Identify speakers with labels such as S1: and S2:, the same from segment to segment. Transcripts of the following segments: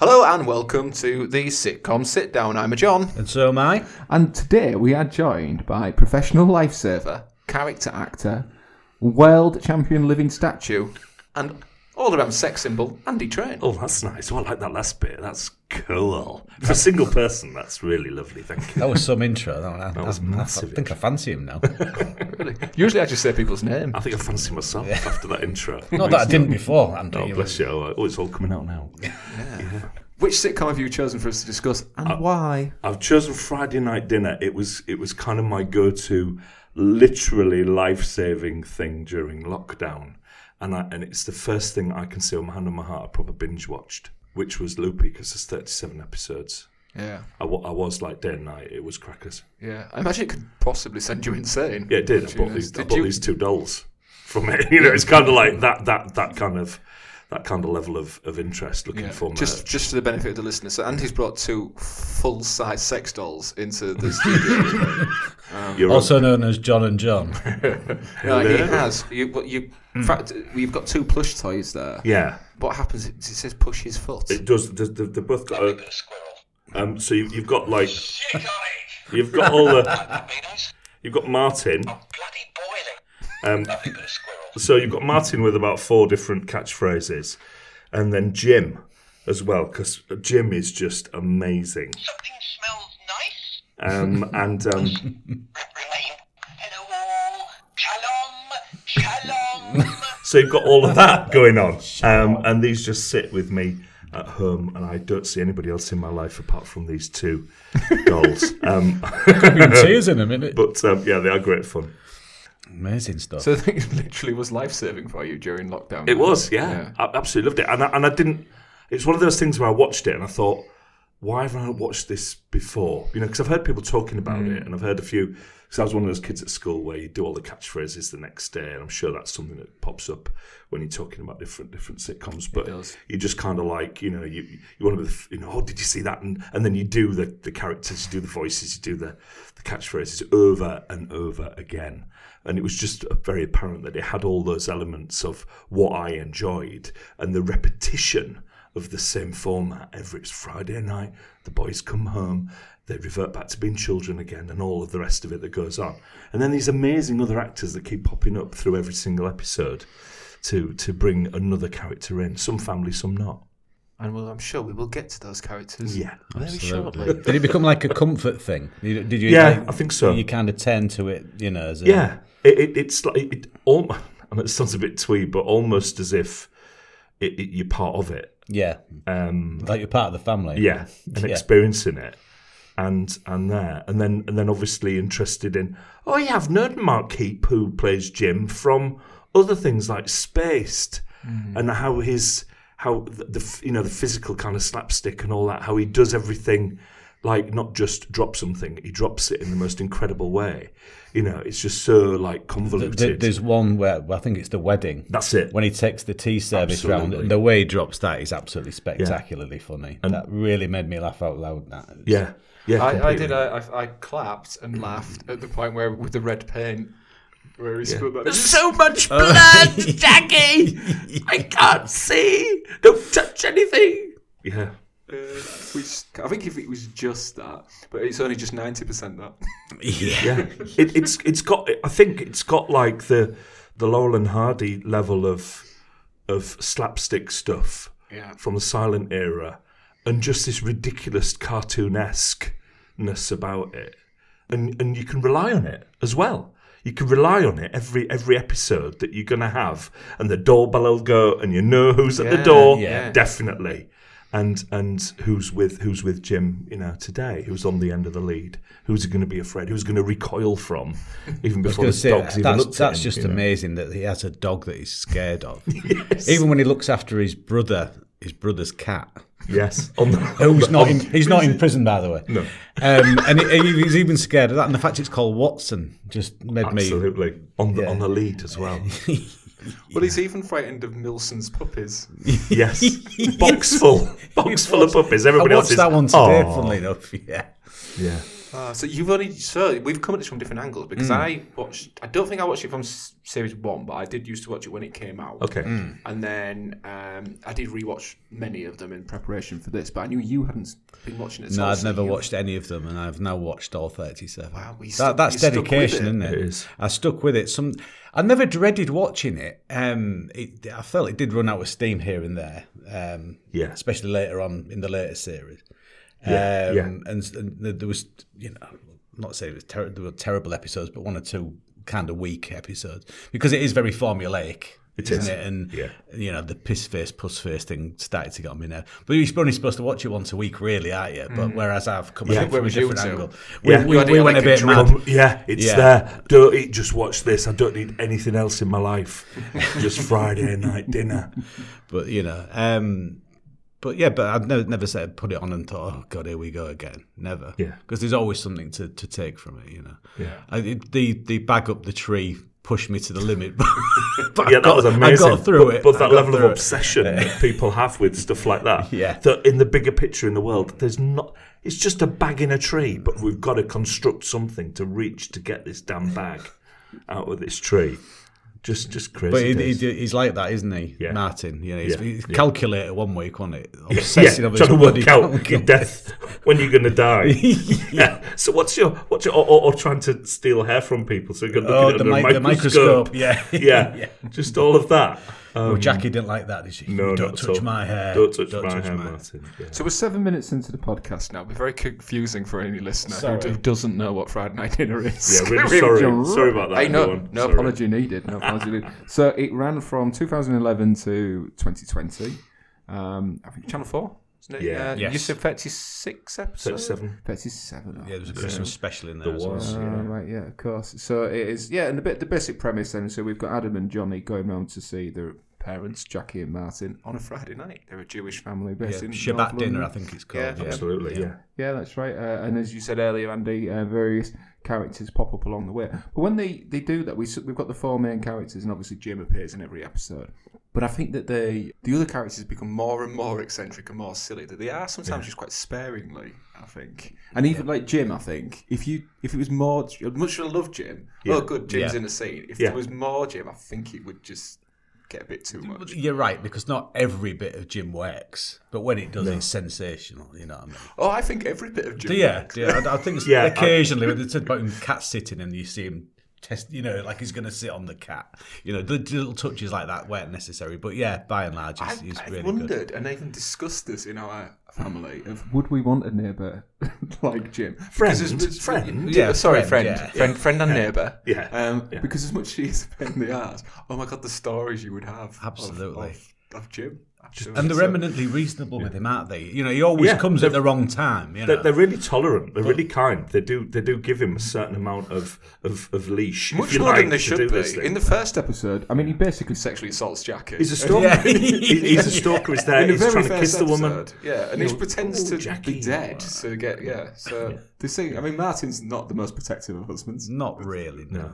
S1: Hello and welcome to the sitcom sit down. I'm a John,
S2: And so am I.
S3: And today we are joined by professional lifesaver, character actor, world champion living statue.
S1: and all around sex symbol Andy Train.
S4: Oh, that's nice. Oh, I like that last bit. That's cool. For a single person, that's really lovely. Thank you.
S2: That was some intro. That, that,
S4: was
S2: I-
S4: massive
S2: I think I fancy him now.
S1: Really. Usually I just say people's name.
S4: I think I fancy myself after that intro.
S2: Not that I didn't before, Andy.
S4: Oh, bless you. Oh, it's all coming out now.
S1: Which sitcom have you chosen for us to discuss and
S4: Uh,
S1: why?
S4: I've chosen Friday night dinner. It was it was kind of my go-to, literally life-saving thing during lockdown, and I, and it's the first thing I can say on my hand on my heart. I probably binge watched, which was Loopy, because there's 37 episodes.
S1: Yeah,
S4: I wa- I was like day and night. It was crackers.
S1: yeah. I imagine it could possibly send you insane.
S4: Yeah, it did. I bought
S1: Jeez.
S4: these. I
S1: Did
S4: bought
S1: you-
S4: these two dolls from it. You know, it's kind of like that. That that kind of that kind of level of, of interest looking
S1: Yeah.
S4: for merch.
S1: Just, just for the benefit of the listener, so Andy's brought two full-size sex dolls into the studio. uh,
S4: You're
S2: Also known as John and John.
S1: no, he
S4: Hello.
S1: has. You, but you, in fact, you've got two plush toys there.
S4: yeah.
S1: What happens? is It says push his foot.
S4: It does. They, they, they've both got. A, um. So you, you've got like
S5: Shit on it!
S4: you've got all the
S5: That means
S4: you've got Martin.
S5: bloody boiling.
S4: Um.
S5: Look at a squirrel.
S4: So you've got Martin with about four different catchphrases, and then Jim as well because Jim is just amazing.
S5: Something smells nice.
S4: Um. And um.
S5: Remain. Hello all. Shalom. Shalom.
S4: So you've got all of that going on, um, and these just sit with me at home, and I don't see anybody else in my life apart from these two dolls. Um,
S2: Tears in a minute.
S4: but um, yeah, they are great fun.
S2: Amazing stuff.
S1: So I think it literally was life saving for you during lockdown.
S4: It was, yeah, I absolutely loved it, and I, and I didn't. It's one of those things where I watched it and I thought, why have I not watched this before? You know, because I've heard people talking about it, and I've heard a few. Because I was one of those kids at school where you do all the catchphrases the next day, and I'm sure that's something that pops up when you're talking about different different sitcoms. But
S1: does.
S4: you just kind of like, you know, you you want to be, the, f- you know, oh, did you see that? And and then you do the the characters, you do the voices, you do the the catchphrases over and over again. And it was just very apparent that it had all those elements of what I enjoyed and the repetition of the same format every it's Friday night. The boys come home, they revert back to being children again, and all of the rest of it that goes on. And then these amazing other actors that keep popping up through every single episode to to bring another character in. Some family, some not.
S1: And well, I'm sure we will get to those characters.
S4: Yeah.
S1: very shortly.
S2: Did it become like a comfort thing? You- Did you?
S4: Yeah,
S2: like,
S4: I think so.
S2: You kind of tend to it, you know. As a,
S4: Yeah, it, it, it's like it, all. I know it sounds a bit twee, but almost as if it, it, you're part of it.
S2: yeah.
S4: Um,
S2: Like you're part of the family.
S4: yeah, and
S2: Yeah.
S4: experiencing it, and and there, and then and then obviously interested in. Oh yeah, I've known Mark Keep who plays Jim from other things like Spaced, and how his how the, the f- you know the physical kind of slapstick and all that. How he does everything. Like not just drop something, he drops it in the most incredible way. You know, it's just so like convoluted.
S2: There- there's one where well, I think it's the wedding.
S4: That's it.
S2: When he takes the tea service round,
S4: Absolutely.
S2: the way he drops that is absolutely spectacularly funny. that really made me laugh out loud. That
S4: yeah, yeah.
S1: I, I
S4: completely.
S1: did. I, I, I clapped and laughed at the point where with the red paint, where he stood there.
S4: so much blood, Jackie. I can't see. Don't touch anything. Yeah.
S1: Uh, which I think if it was just that, but it's only just ninety percent that.
S4: Yeah. it, it's it's got. I think it's got like the the Laurel and Hardy level of of slapstick stuff
S1: Yeah.
S4: from the silent era, and just this ridiculous cartoonesqueness about it, and and you can rely on it as well. You can rely on it every every episode that you're gonna have, and the doorbell will go, and you know who's at
S1: Yeah,
S4: the door.
S1: yeah.
S4: definitely. And and who's with who's with Jim, you know, today? Who's on the end of the lead? Who's he going to be afraid? Who's going to recoil from? Even
S2: I
S4: before
S2: was
S4: his
S2: going to
S4: dog's
S2: say
S4: even
S2: that's,
S4: looked
S2: that's
S4: at him,
S2: just
S4: you know?
S2: amazing that he has a dog that he's scared of. Even when he looks after his brother, his brother's cat,
S4: Yes, on the,
S2: who's not in, he's not in prison by the way. No, um, and he, he- he's even scared of that. And the fact it's called Watson just made me.
S4: absolutely on the on the lead as well.
S1: Well, he's even frightened of Milson's puppies.
S4: Yes, box full, box full of puppies. Everybody
S2: I
S4: else
S2: watched
S4: is
S2: that one today,
S4: "Aw."
S2: funnily enough. Yeah,
S4: Yeah,
S1: Uh, so you've only so we've come at this from different angles because
S2: Hmm.
S1: I watched. I don't think I watched it from s- series one, but I did used to watch it when it came out.
S4: Okay.
S1: And then um, I did rewatch many of them in preparation for this, but I knew you hadn't s- been watching it. so
S2: No, I've
S1: obviously
S2: never
S1: you-
S2: watched any of them, and I've now watched all thirty-seven.
S1: Wow, well, you
S2: That-
S1: stuck-
S2: that's
S1: you stuck with
S2: dedication,
S1: it.
S2: isn't it?
S4: It is.
S2: I stuck with it. Some, I never dreaded watching it. Um, it. I felt it did run out of steam here and there. Um,
S4: Yeah.
S2: especially later on in the later series.
S4: Yeah,
S2: um,
S4: yeah.
S2: And, s- and there was, you know, I'm not saying it was ter- there were terrible episodes, but one or two kind of weak episodes because it is very formulaic.
S4: It
S2: isn't
S4: is.
S2: it? And
S4: Yeah.
S2: you know, the piss face, puss face thing started to get on me now. But you're only supposed to watch it once a week, really, aren't you? But whereas I've come at it from a
S1: whereas you
S2: different
S1: two.
S2: angle, we,
S4: Mm. Yeah.
S2: we,
S1: You had it
S2: we
S1: like
S2: went a
S1: a
S2: bit
S1: drum.
S2: mad.
S4: Um, yeah, it's
S2: Yeah.
S4: there. Don't eat, just watch this. I don't need anything else in my life. just Friday night dinner.
S2: but you know, um, but yeah, but I've never, never said put it on and thought, oh god, here we go again. Never,
S4: Yeah.
S2: because there's always something to, to take from it, you know.
S4: Yeah.
S2: I, it, the the bag up the tree pushed me to the limit, but, but
S4: yeah,
S2: I
S4: that
S2: got,
S4: was amazing.
S2: I got through
S4: but,
S2: it.
S4: But
S2: I
S4: that
S2: got
S4: level of
S2: through it.
S4: obsession that people have with stuff like that.
S2: Yeah.
S4: That in the bigger picture in the world, there's not. It's just a bag in a tree, but we've got to construct something to reach to get this damn bag out of this tree. Just, just crazy.
S2: But he,
S4: days.
S2: he, he's like that, isn't he,
S4: Yeah.
S2: Martin? You know, he's,
S4: Yeah.
S2: he's
S4: Yeah.
S2: calculator one week, wasn't it?
S4: yeah,
S2: Obsessing
S4: trying
S2: over Oh,
S4: to
S2: his bloody
S4: work out your
S2: calculator.
S4: death when you're going to die. yeah. So what's your what's your or, or, or trying to steal hair from people? So you're looking
S2: Oh,
S4: at it
S2: the,
S4: under
S2: mi-
S4: a
S2: the microscope. Yeah,
S4: yeah. Just all of that. Um,
S2: Well, Oh, Jackie didn't like that, did she?
S4: Mm. No,
S2: don't
S4: not at
S2: touch
S4: all.
S2: my hair.
S4: Don't touch my hair, Martin. Yeah.
S1: So we're seven minutes into the podcast now. It'll be very confusing for any listener who,
S2: Sorry.
S1: d- who doesn't know what Friday Night Dinner is.
S4: Yeah, really sorry. Sorry about that.
S1: Hey, no,
S4: everyone.
S1: no
S4: Sorry.
S1: apology.
S3: apology needed. No apology needed. So it ran from 2011 to 2020. Um, I think Channel 4, isn't it?
S4: Yeah.
S1: Uh,
S2: Yes.
S1: You said 36
S4: So
S1: episodes?
S4: seven.
S3: 37. oh.
S2: Yeah, there's a Christmas special in there. as well.
S4: was,
S3: Ah, right, yeah, of course. So it is, yeah, and the bit the basic premise then. So we've got Adam and Johnny going round to see their parents, Jackie and Martin,
S1: On a Friday night. They're a Jewish family.
S3: family based
S2: Yeah,
S3: in
S2: Shabbat
S3: North
S2: dinner, I
S3: London.
S2: think it's called.
S1: Yeah.
S2: Yeah,
S4: Absolutely, yeah.
S3: Yeah, that's right. Uh, and as you said earlier, Andy, uh, various characters pop up along the way. But when they, they do that, we s- we've got the four main characters, and obviously Jim appears in every episode.
S1: But I think that they, the other characters become more and more eccentric and more silly. That they are sometimes just quite sparingly, I think. And even like Jim, I think if you if it was more, as much as I love Jim, oh good, Jim's
S2: Yeah.
S1: in a scene. If
S4: Yeah.
S1: there was more Jim, I think it would just get a bit too
S2: But
S1: much.
S2: You're right because not every bit of Jim works, but when it does, it's sensational. You know what I mean?
S1: Oh, I think every bit of Jim.
S2: yeah, yeah. I, I think it's
S4: Yeah, I-
S2: occasionally when they talk about him cat sitting and you see him test, you know, like he's going to sit on the cat. You know, the little touches like that weren't necessary, but yeah, by and large, he's,
S1: I,
S2: he's
S1: I
S2: really
S1: wondered,
S2: good.
S1: and I even discussed this in our family of
S3: Would we want a neighbour like Jim?
S4: Friend,
S1: Because as much-
S4: friend.
S1: yeah,
S2: Yeah,
S1: sorry, friend,
S2: friend,
S1: friend,
S2: yeah.
S1: friend, and neighbour.
S4: Yeah.
S1: Um,
S4: Yeah.
S1: Because as much as he's a pain in the ass, oh my god, the stories you would have. of-
S2: Absolutely.
S1: Of, of Jim. Absolutely.
S2: And they're eminently reasonable with him, aren't they? You know, he always
S4: Yeah,
S2: comes at
S4: they're-
S2: the wrong time. You know,
S4: They're, they're really tolerant. They're really kind. They do they do give him a certain amount of of, of leash. if
S1: much
S4: you
S1: more
S4: like,
S1: than they
S4: to
S1: should
S4: do
S1: be.
S4: this thing.
S1: In the first episode,
S3: Episode. I mean, he basically
S1: sexually
S3: sexually.
S1: assaults Jackie.
S4: he's a stalker.
S2: Yeah.
S4: He- he's a stalker. He's there.
S1: In the
S4: He's
S1: very
S4: trying to
S1: first
S4: kiss the woman.
S1: episode, Yeah, and
S4: You
S1: he
S4: know,
S1: pretends
S4: "Oh,
S1: to
S4: Jackie."
S1: be dead to get yeah. So this thing, I mean, Martin's not the most protective of husbands.
S2: not really. No.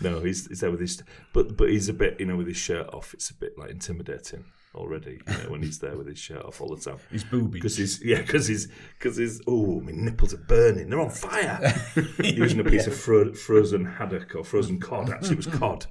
S4: No, no, he's, he's there with his, but but he's a bit, you know, with his shirt off. It's a bit like intimidating already you know, when he's there with his shirt off all the time.
S2: His boobies.
S4: because he's yeah, because he's because he's oh, my nipples are burning. They're on fire. Using a piece of fro- frozen haddock or frozen cod. Actually, it was cod.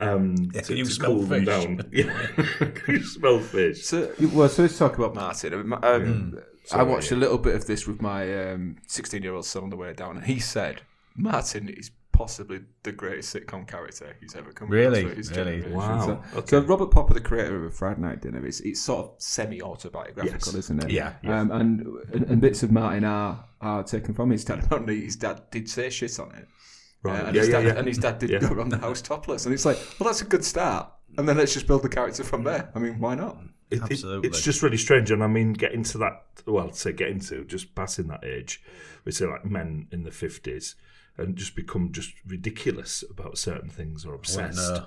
S4: Um, to,
S2: you
S4: to
S2: smell
S4: cool them
S2: fish?
S4: down. Yeah, you smell fish.
S1: So
S3: Well, so let's talk about
S1: Martin. Um, um,
S4: Mm.
S1: I watched a little bit of this with my um, 16-year-old son on the way down, and he said Martin is possibly the greatest sitcom character he's ever come
S2: Really?
S1: across. for his
S2: Really?
S1: generation.
S4: wow.
S3: So, so Robert Popper, the creator of Friday Night Dinner, is it's sort of semi-autobiographical,
S4: Yes.
S3: isn't it?
S2: Yeah.
S3: Um, and, and and bits of Martin are are taken from his dad.
S1: Apparently, his dad did say shit on it.
S4: Right.
S1: Uh, and,
S4: yeah,
S1: his
S4: yeah,
S1: dad,
S4: yeah.
S1: and his dad did
S4: Yeah.
S1: go around the house topless. And it's like, well, that's a good start. And then let's just build the character
S4: Mm.
S1: from there. I mean, why not?
S4: It- it-
S2: Absolutely.
S4: it's just really strange. And I mean, getting to that, well, I'd say getting to just passing that age, we say like men in the 50s and just become just ridiculous about certain things or obsessed.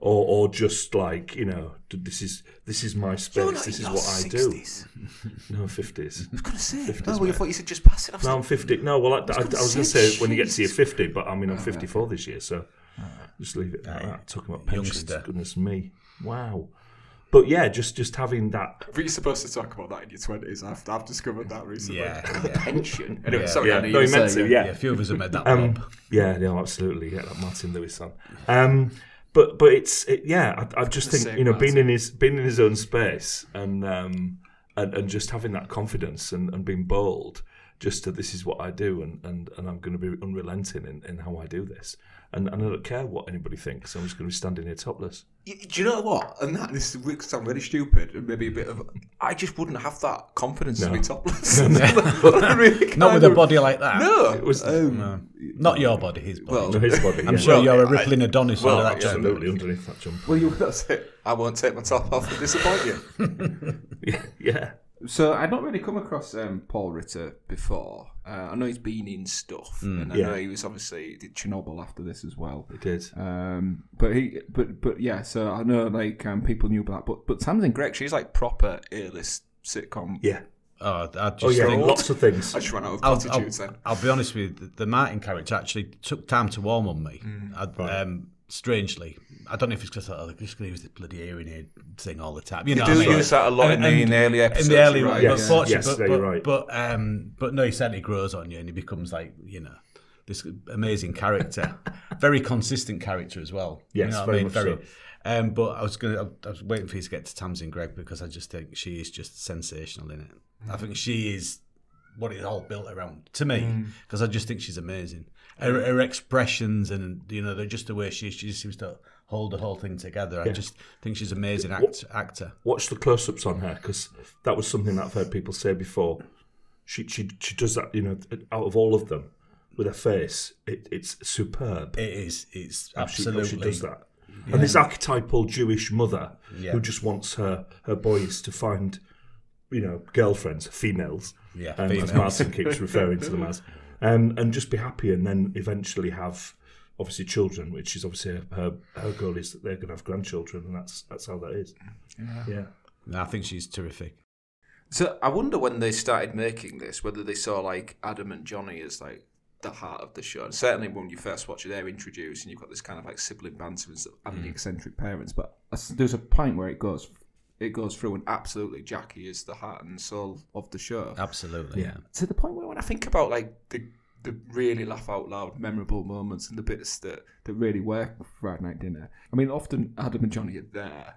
S4: Or, or just like you know, d- this is this is my space. This is what I do. No fifties.
S1: I was going to say, oh, well, I thought you said just pass it. I was
S4: No, I'm fifty. No, well, I, I, I was going to
S1: say, Oh,
S4: say when you get to your fifty, but I mean, I'm fifty-four this year, so just leave it like that. Talking about pensions,
S2: Youngster.
S4: goodness me, wow. But yeah, just just having that.
S1: But you're supposed to talk about that in your twenties. I've, I've discovered that recently.
S2: Yeah, yeah.
S1: Pension. Anyway,
S2: Yeah.
S1: sorry,
S4: Yeah,
S1: Andy,
S4: no,
S1: you
S4: he
S1: were
S4: meant to.
S1: saying-
S4: Yeah,
S2: Yeah, a few of us have made that
S4: Um,
S2: um,
S4: yeah, no, absolutely. Yeah, that Martin Lewis song. Um, but but it's it, yeah, I, I just
S1: The
S4: think
S1: same
S4: you know being
S1: Martin.
S4: in his being in his own space and um and, and just having that confidence and, and being bold, just that this is what I do and and, and I'm going to be unrelenting in, in how I do this and and I don't care what anybody thinks. I'm just going to be standing here topless.
S1: Y- Do you know what? And that this would sound really stupid and maybe a bit of. I just wouldn't have that confidence to be topless. I really
S2: Not with a
S1: can't.
S2: body like that.
S1: No, Um,
S4: It was
S2: Not your body, his body.
S1: Well,
S4: no, his body.
S2: I'm
S4: yeah.
S2: sure
S1: well,
S2: you're a
S1: I-
S2: rippling Adonis
S4: Well,
S2: under that jumper.
S4: absolutely underneath that jumper.
S1: well, you, that's it. I won't take my top off and disappoint you.
S4: Yeah.
S3: So I'd not really come across um, Paul Ritter before. Uh, I know he's been in stuff,
S2: Mm.
S3: and I
S4: yeah.
S3: know he was obviously he did Chernobyl after this as well.
S4: It did.
S3: Um, but he, but but yeah. So I know like um, people knew about, but but Tamsin Greg, she's like proper A-list sitcom.
S4: Yeah.
S2: Oh, I just
S4: Oh yeah.
S2: think
S4: Lots of things.
S1: I just ran out of
S2: I'll,
S1: platitudes
S2: I'll-
S1: then.
S2: I'll be honest with you. The, the Martin character actually took time to warm on me.
S1: Mm.
S2: I, um, strangely, I oh, don't know if it's because I'm just going to use this bloody hearing aid thing all the time. You, know,
S1: do
S2: what I mean?
S1: use that a lot in the- in the early
S2: In
S1: episodes,
S2: the early,
S1: you're right.
S2: but
S1: Yes,
S2: fortunately,
S4: yes,
S2: but,
S4: no,
S2: but,
S4: you're right.
S2: but um, but no, he certainly grows on you, and he becomes like you know this amazing character, very consistent character as well.
S4: Yes,
S2: you know what
S4: very
S2: I mean?
S4: much so.
S2: Um, but I was gonna, I was waiting for you to get to Tamsin Gregg because I just think she is just sensational in it. I think she is what it's all built around to me
S4: Mm.
S2: because I just think she's amazing. Her, her expressions and you know they're just the way she she just seems to hold the whole thing together. I just think she's an amazing act, actor.
S4: watch the close-ups on her because that was something that I've heard people say before. She she she does that, you know, out of all of them with her face, it, it's superb. oh,
S2: It is. It's
S4: She- how
S2: absolutely.
S4: she does that. And this archetypal Jewish mother who just wants her her boys to find, you know, girlfriends, females,
S2: Yeah,
S4: um,
S2: females.
S4: as Martin keeps referring to them as, um, and just be happy, and then eventually have obviously children, which is obviously her her, her goal is that they're going to have grandchildren, and that's that's how that is. yeah.
S2: No, I think she's terrific.
S3: So I wonder when they started making this, whether they saw like Adam and Johnny as like the heart of the show. And certainly when you first watch it, they're introduced and you've got this kind of like sibling banter and, stuff, and
S2: Mm.
S3: the eccentric parents. But I s- there's a point where it goes, it goes through, and absolutely Jackie is the heart and soul of the show.
S2: Absolutely. Yeah.
S1: to the point where when I think about like the the really laugh out loud memorable moments and the bits that
S3: that really work for Friday night dinner. I mean, often Adam and Johnny are there,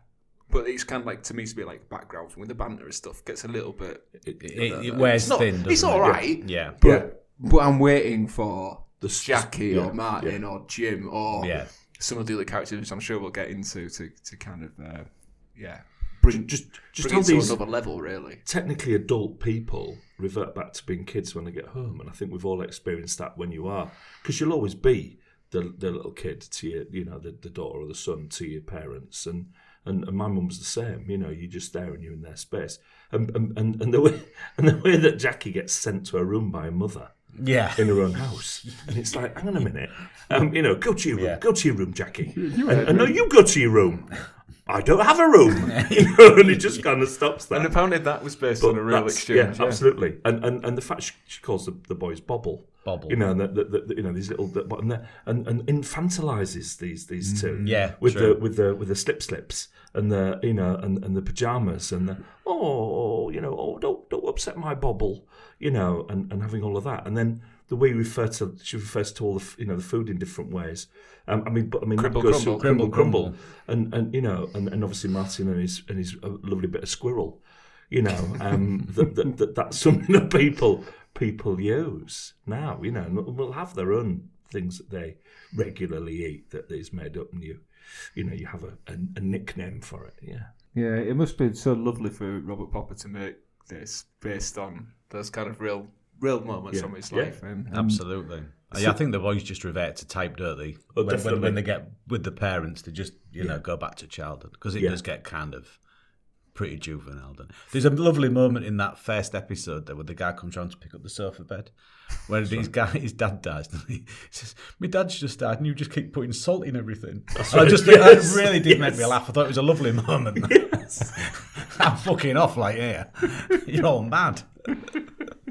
S1: but it's kind of like to me to be like background when the banter and stuff gets a little bit
S2: It, it, it wears
S1: it's not
S2: thin.
S1: it's
S2: doesn't
S1: all
S2: it?
S1: right
S2: Yeah.
S3: but
S4: Yeah.
S3: but I'm waiting for
S4: The s-
S1: Jackie
S4: yeah,
S1: or Martin or Jim or
S2: Yeah.
S1: some of the other characters which I'm sure we'll get into to, to kind of uh, yeah
S4: Bring, just just
S1: bring
S4: how
S1: it to
S4: these
S1: another level really
S4: technically adult people revert back to being kids when they get home, and I think we've all experienced that when you are, because you'll always be the, the little kid to your, you know, the, the daughter or the son to your parents, and and, and my mum was the same. You know, you're just there and you're in their space, and and, and, and the way and the way that Jackie gets sent to her room by her mother
S2: Yeah.
S4: in her own house. And it's like, hang on a minute. Um, you know, go to your room.
S2: Yeah.
S4: Go to your room, Jackie. and, and no, you go to your room. I don't have a room. you know, and it just kind of stops that.
S1: apparently that was based
S4: But that's- Yeah, absolutely. And, and and the fact she, she calls the, the boys bobble.
S2: Bobble.
S4: You know, and the, the, the, you know these little the, but- and, the- and and infantilizes these these two.
S2: Mm, yeah,
S4: with
S2: true.
S4: the with the with the slip slips and the you know and, and the pajamas and the oh you know oh don't don't upset my bobble you know and, and having all of that and then the way we refer to she refers to all the f- you know the food in different ways. Um, I mean, but I mean,
S1: Cribble,
S4: goes through-
S1: crumble,
S4: crumble, crumble, and and you know, and, and obviously Martin and his and his uh, lovely bit of squirrel, you know, um, that, that, that that's something that people people use now, you know, and will have their own things that they regularly eat that is made up, and you, you know, you have a, a, a nickname for it, yeah.
S1: Yeah, it must be so lovely for Robert Popper to make this based on those kind of real, real moments
S4: Yeah.
S1: from his
S4: Yeah.
S1: life. And,
S4: Um,
S2: Absolutely. yeah, I think the boys just revert to type, don't they?
S4: Oh,
S2: when, when,
S4: definitely.
S2: when they get with the parents, they just, you know, go back to childhood because it
S4: Yeah.
S2: does get kind of pretty juvenile. Doesn't it? There's a lovely moment in that first episode there where the guy comes round to pick up the sofa bed where his, guy, his dad dies. doesn't he? he says, My dad's just died and you just keep putting salt in everything. And I just,
S4: Yes.
S2: That really did make me
S4: Yes.
S2: laugh. I thought it was a lovely moment. I'm fucking off like, yeah, you're all mad.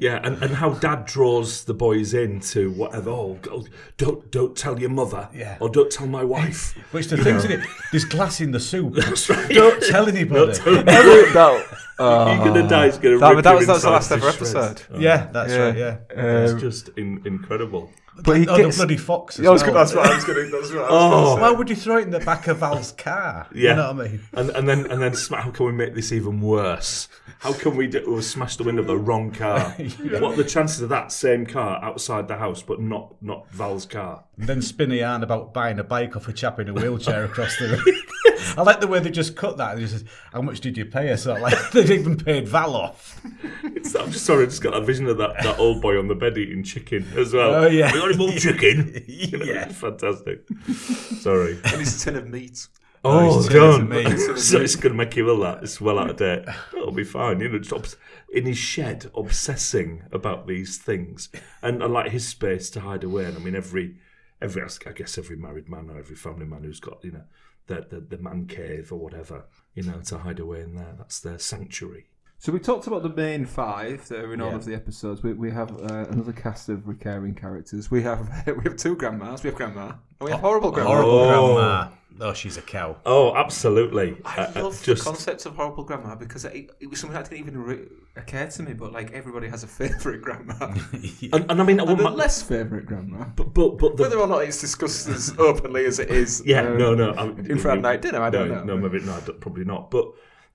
S4: Yeah, and, and how dad draws the boys into whatever. Oh, go- don't don't tell your mother.
S2: Yeah.
S4: Or don't tell my wife.
S2: Which the thing's in it. There's glass in the soup.
S4: That's right.
S2: Don't tell anybody.
S1: that,
S4: You're gonna die. It's gonna.
S1: Uh, that,
S4: rip
S1: that
S4: you
S1: was, that was the
S4: inside
S1: last
S4: to
S1: ever
S4: shreds.
S1: episode.
S2: yeah, that's
S1: Yeah.
S2: right. Yeah.
S4: It's just in, incredible.
S1: But he
S2: oh,
S1: gets.
S2: the bloody fox. As
S1: Yeah, I was
S2: well.
S1: gonna- that's what I was going to.
S4: Oh,
S2: Why would you throw it in the back of Al's car?
S4: Yeah.
S2: You know what I mean?
S4: And, and then and then sma- how can we make this even worse? How can we do, oh, smash the window of the wrong car? What are the chances of that same car outside the house, but not not Val's car?
S2: And then spin a yarn about buying a bike off a chap in a wheelchair across the road. I like the way they just cut that. And just says, how much did you pay us? So like they've even paid Val off.
S4: It's, I'm just sorry, I just got that vision of that, that old boy on the bed eating chicken as well.
S2: Oh, yeah.
S4: we got him all chicken. You know,
S2: Yeah.
S4: it's fantastic. Sorry.
S1: And it's a tin of meat.
S4: Oh,
S2: it's terrible
S4: done.
S2: to me.
S4: so it's going to make you ill. That it's well out of date. It'll be fine. You know, just obs- in his shed, obsessing about these things, and, and like his space to hide away. And I mean, every every I guess every married man or every family man who's got you know the the, the man cave or whatever you know to hide away in there. That's their sanctuary.
S1: So we talked about the main five that are in all
S2: Yeah.
S1: of the episodes. We, we have uh, another cast of recurring characters. We have we have two grandmas. We have grandma. And we have horrible grandma.
S2: Horrible
S4: Oh.
S2: grandma. Oh, she's a cow.
S4: Oh, absolutely.
S1: I
S4: Uh, uh,
S1: love
S4: just
S1: the concept of horrible grandma because it, it was something that didn't even re- occur to me. But like everybody has a favourite grandma,
S4: and, and I mean,
S1: and
S4: I
S1: a
S4: wouldn't. ma-
S1: less favourite grandma.
S4: But but, but the,
S1: Whether or not it's discussed as openly as it is,
S4: Yeah,
S1: um,
S4: no, no. I,
S1: in Friday night dinner, I
S4: no,
S1: don't know.
S4: No, maybe no, I don't- probably not. But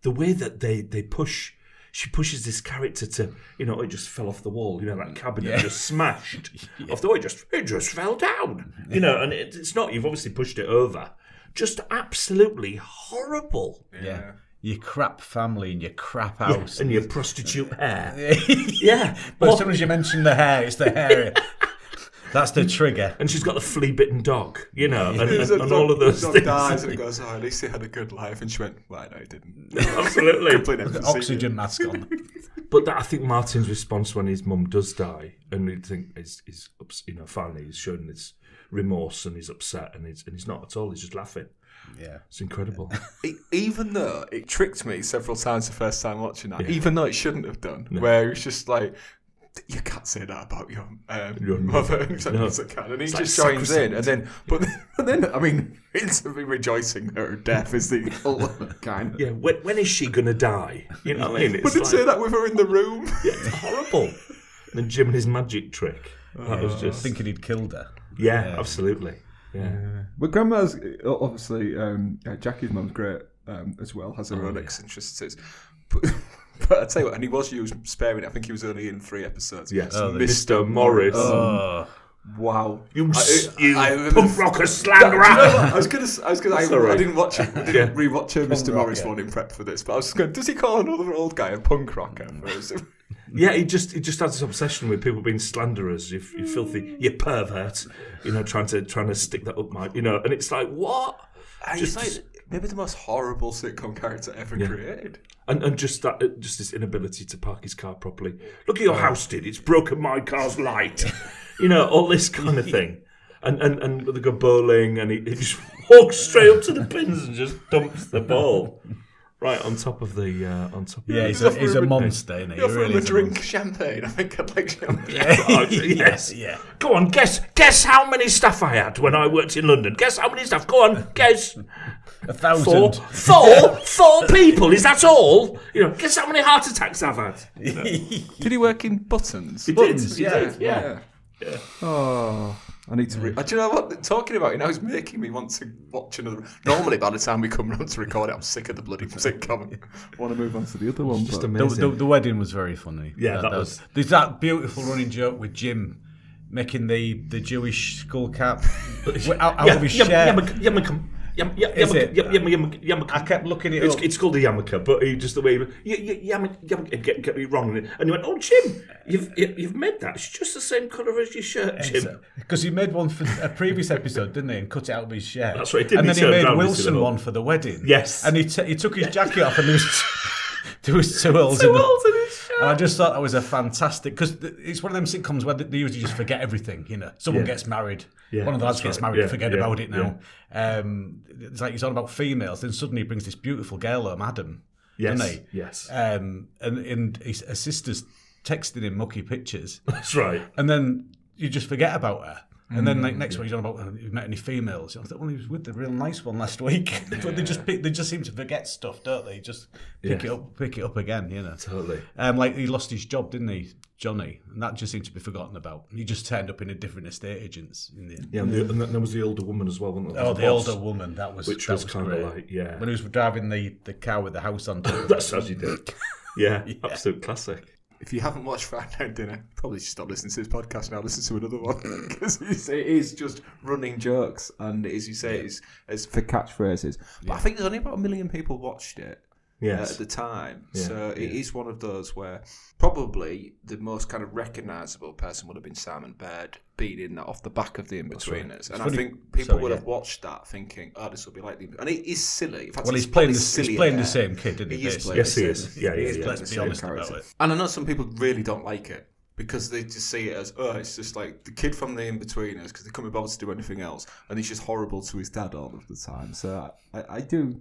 S4: the way that they they push, she pushes this character to, you know, it just fell off the wall. You know, that cabinet just smashed off the wall. It just it just fell down. You know, and it, it's not. You've obviously pushed it over. Just absolutely horrible.
S2: Yeah. Your crap family and your crap house.
S4: And your prostitute hair. yeah.
S2: But as
S4: Or-
S2: soon as you mention the hair, it's the hair. That's the trigger.
S4: and she's got the flea bitten dog, you know, and,
S1: There's
S4: and,
S1: a
S4: and
S1: dog-
S4: all of those
S1: dog
S4: things.
S1: dies and it goes, oh, at least he had a good life. And she went, well, no, he didn't.
S4: Absolutely.
S1: Complete empathy.
S2: Oxygen mask on.
S4: But that, I think Martin's response when his mum does die, and you think is is ups- you know finally he's shown his remorse and he's upset and he's and he's not at all. He's just laughing.
S2: Yeah.
S4: It's incredible.
S1: E- even though it tricked me several times the first time watching that, even though it shouldn't have done, where it was just like, you can't say that about your, um,
S4: Your
S1: mother. And he's like,
S4: No.
S1: "Yes, I can. And he
S4: It's
S1: just
S4: like
S1: joins in. And then, but then, but then I mean, instantly rejoicing at her death is the ultimate kind.
S4: yeah. When, when is she gonna die? You know what I mean? It's
S1: But did
S4: like-
S1: say that with her in the room.
S4: Yeah, it's horrible. And then Jim and his magic trick. it was just
S2: Thinking he'd killed her.
S4: yeah, absolutely. Yeah.
S1: But grandma's uh, obviously um, uh, Jackie's mum's great um, as well. Has her own eccentricities. But, but I tell you what, and he was used sparing. I think he was only in three episodes.
S4: Yes,
S1: they-
S4: Mr. Morris.
S2: Oh,
S1: Wow.
S4: you s
S1: I-
S4: you
S1: I- I-
S4: punk rocker
S1: Do you know what?
S4: slanderer!
S1: I was gonna, s- I was gonna, I,
S4: That's all right.
S1: I didn't watch it, I didn't
S4: Yeah.
S1: rewatch her Mr.
S2: rock,
S1: Morris
S2: yeah.
S1: one in prep for this, but I was just going, does he call another old guy a punk rocker? For his-
S4: Yeah, he just he just has this obsession with people being slanderers. You, you filthy, you pervert. You know, trying to trying to stick that up my, you know, and it's like what?
S1: And he's
S4: Just-
S1: like maybe the most horrible sitcom character ever created.
S4: And and just that, uh, just this inability to park his car properly. Look at your house, did it's broken my car's light. you know, all this kind of thing. And and and they go bowling, and he, he just walks straight up to the pins and just dumps the ball right on top of the uh, on top.
S2: yeah,
S4: of
S2: he's
S4: the,
S2: a, he's a monster, isn't he?
S1: You
S2: He
S1: offer
S2: really
S1: him a
S2: is a
S1: drink champagne. I think I'd like champagne.
S4: Oh, yes,
S2: yeah.
S4: Go on, guess guess how many staff I had when I worked in London. Guess how many staff? Go on, guess.
S2: monster. A thousand.
S4: Four, four, four people. Is that all? You know, guess how many heart attacks I've had.
S1: Did he work in buttons?
S4: Buttons,
S2: yeah,
S4: yeah.
S1: Oh, I need to. Re- Do you know what? Talking about it now is making me want to watch another. Normally, by the time we come round to record it, I'm sick of the bloody sitcom. want to move on to the other one? Just
S2: The, the, the wedding was very funny.
S4: Yeah, that was-
S2: There's that beautiful running joke with Jim making the, the Jewish skull cap w- out, out of his
S4: yam-
S2: shirt.
S4: yamaka- yamaka- yam- yam-
S2: Is
S4: yamaka-
S2: it?
S4: yam- yam- yam- yamaka.
S2: I kept looking it
S4: It's,
S2: up.
S4: it's called a yamaka, but he just the way he y- y- yamaka, yamaka, get, get me wrong, and he went, "Oh, Jim, you've you- you've made that. It's just the same colour as your shirt, Jim."
S2: Because he made one for a previous episode, didn't he? And cut it out of his shirt.
S4: That's right, he did,
S2: And then
S4: he
S2: he
S4: turned
S2: made
S4: round and stood
S2: Wilson
S4: up.
S2: one for the wedding.
S4: Yes.
S2: And he, t- he took his jacket off and there was, t- there was two holes in the-
S4: Well, in his shirt.
S2: And I just thought that was a fantastic because it's one of them sitcoms where they usually just forget everything. You know, someone gets married,
S4: Yeah,
S2: one of the lads
S4: that's
S2: gets
S4: right.
S2: married,
S4: Yeah,
S2: forget
S4: yeah,
S2: about it now. Um, it's like he's on about females, then suddenly he brings this beautiful girl home, Adam.
S4: Yes,
S2: doesn't he?
S4: yes.
S2: Um, and and his, her sister's texting him mucky pictures,
S4: That's right.
S2: and then you just forget about her. And then
S4: Mm,
S2: like next week you're on about have you met any females? I was like, well, he was with the real nice one last week. but they just pick, they just seem to forget stuff, don't they? Just pick
S4: Yeah.
S2: it up, pick it up again, you know.
S4: Totally.
S2: Um, like he lost his job, didn't he, Johnny? And that just seemed to be forgotten about. He just turned up in a different estate agents in the end.
S4: Yeah, and, the, and there was the older woman as well, wasn't there?
S2: Oh, the
S4: boss,
S2: older woman. That was
S4: Which
S2: that
S4: was kind
S2: great.
S4: of like, yeah.
S2: when he was driving the, the car with the house on. top.
S4: That's how she did. Yeah, absolute classic.
S1: If you haven't watched Friday Night Dinner, probably should stop listening to this podcast now. Listen to another one because it is just running jokes, and as you say, it's, it's for catchphrases. But I think there's only about a million people watched it. uh,
S4: Yes.
S1: at the time.
S4: Yeah,
S1: so it is
S4: yeah.
S1: one of those where probably the most kind of recognisable person would have been Simon Baird being in that off the back of the in-betweeners. And I
S2: funny-
S1: think people
S2: Sorry,
S1: would
S2: yeah.
S1: have watched that thinking, oh, this will be like the... And it is silly. In fact,
S2: well,
S1: it's
S2: he's playing
S1: probably
S2: the, he's
S1: sillier
S2: playing the
S1: there.
S2: same kid, didn't he?
S1: He is
S2: basically?
S1: playing
S4: Yes, he is. Yeah, yeah,
S2: He's-
S4: yeah.
S2: Let's be
S1: same
S2: honest
S1: character.
S2: about it.
S1: And I know some people really don't like it because they just see it as, oh, it's just like the kid from the in-betweeners because they couldn't be bothered to do anything else, and he's just horrible to his dad all of the time. So I, I do.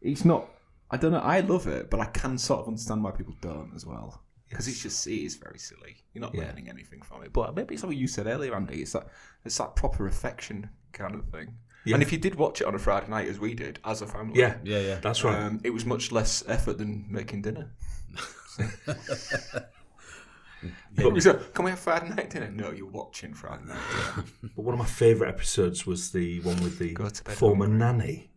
S1: It's not. I don't know. I love it, but I can sort of understand why people don't as well because it's just it is very silly. You're not learning anything from it. But maybe it's something you said earlier, Andy. It's that it's that proper affection kind of thing. And if you did watch it on a Friday night, as we did, as a family,
S4: Yeah,
S2: Yeah, yeah.
S4: that's right.
S1: um, it was much less effort than making dinner. But we said, can we have Friday night dinner? No, you're watching Friday night dinner.
S4: But one of my favourite episodes was the one with the
S1: Go to bed
S4: former nanny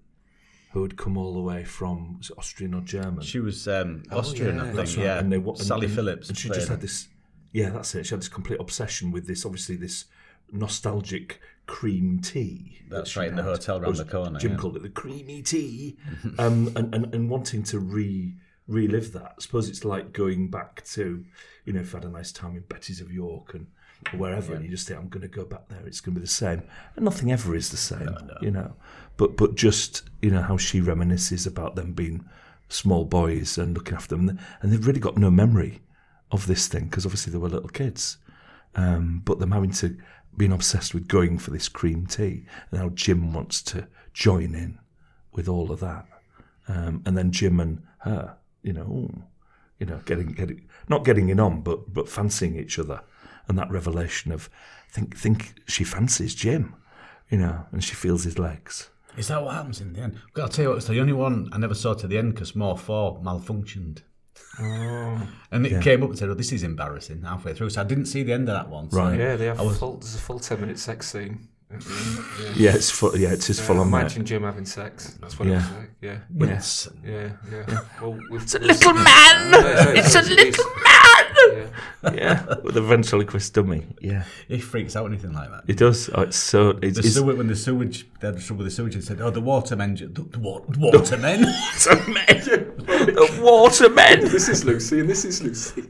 S4: who had come all the way from was it Austrian or German.
S2: She was um, Austrian,
S1: yeah.
S2: I think.
S4: That's right.
S2: Yeah,
S4: And they, wa- and-
S2: Sally
S4: and-
S2: Phillips.
S4: And she just
S2: played
S4: had this. Yeah, that's it. She had this complete obsession with this, obviously, this nostalgic cream tea. that
S2: That's
S4: she
S2: right, in the
S4: had.
S2: hotel round the corner,
S4: Jim
S2: yeah.
S4: called it the creamy tea, um, and, and and wanting to re relive that. I suppose it's like going back to, you know, if I had a nice time in Betty's of York and wherever, and you just think I'm going to go back there. It's going to be the same. And nothing ever is the same, you know. But but just you know how she reminisces about them being small boys and looking after them, and they've really got no memory of this thing because obviously they were little kids um, but them having to being obsessed with going for this cream tea and how Jim wants to join in with all of that, um, and then Jim and her, you know, ooh, you know, getting getting not getting in on, but but fancying each other, and that revelation of think think she fancies Jim, you know, and she feels his legs.
S2: Is that what happens in the end? Well, I'll tell you what, it's the only one I never saw to the end because More 4 malfunctioned. and it came up and said, oh, this is embarrassing halfway through. So I didn't see the end of that one. So
S4: Right.
S3: Yeah, they have full, there's a full 10 minute sex scene. yeah.
S4: Yeah, it's full. Yeah, it's his full on.
S3: Imagine Jim having sex. That's what it was
S4: Yeah.
S3: like. Yeah.
S2: Yes.
S3: Yeah, yeah. Well, it's a
S4: Little man,
S3: it's a little
S4: man.
S3: Yeah.
S4: Yeah, with the ventriloquist dummy. Yeah,
S2: He freaks out anything like that.
S4: it does. Oh, it's so. It's,
S2: The
S4: it's,
S2: sewer, when the sewage, they had trouble with the sewage, they said, oh, the watermen, ju- the, the wa- watermen.
S4: watermen. the watermen.
S1: this is Lucy and this is Lucy.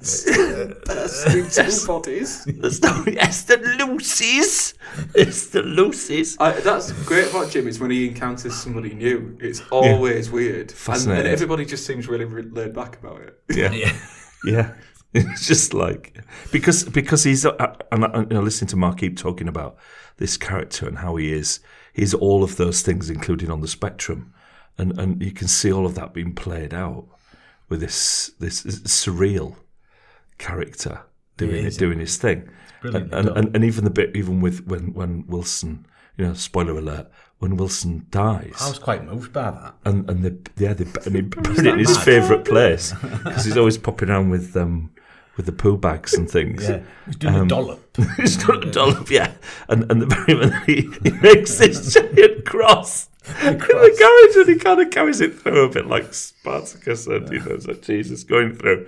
S1: Two bodies.
S4: There's no, yes, the Lucy's. It's the Lucy's.
S1: I, that's great about Jim is when he encounters somebody new. It's always weird. And, and
S4: Fascinating.
S1: everybody just seems really re- laid back about it.
S4: Yeah.
S2: yeah.
S4: Yeah. It's just like because because he's uh, and I, you know listening to Mark keep talking about this character and how he is he's all of those things including on the spectrum and and you can see all of that being played out with this this surreal character doing it doing his thing and, and, and and even the bit even with when when Wilson you know spoiler alert when Wilson dies
S2: I was quite moved by that.
S4: and and they yeah they and he put it in his favourite place because he's always popping around with um with the poo bags and things.
S2: Yeah. He's doing
S4: Um,
S2: a dollop.
S4: it's not a dollop, yeah. And and the very when he, he makes this giant cross. In the garage, and he kind of carries it through a bit like Spartacus, and you know, it's like Jesus going through,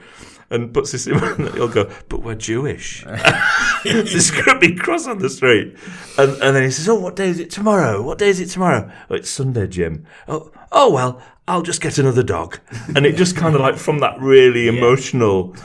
S4: and puts this in, and he'll go, "But we're Jewish." this grumpy cross on the street. And, and then he says, Oh, what day is it tomorrow? What day is it tomorrow? Oh, it's Sunday, Jim. Oh, oh well, I'll just get another dog. And it just kind of like from that really emotional,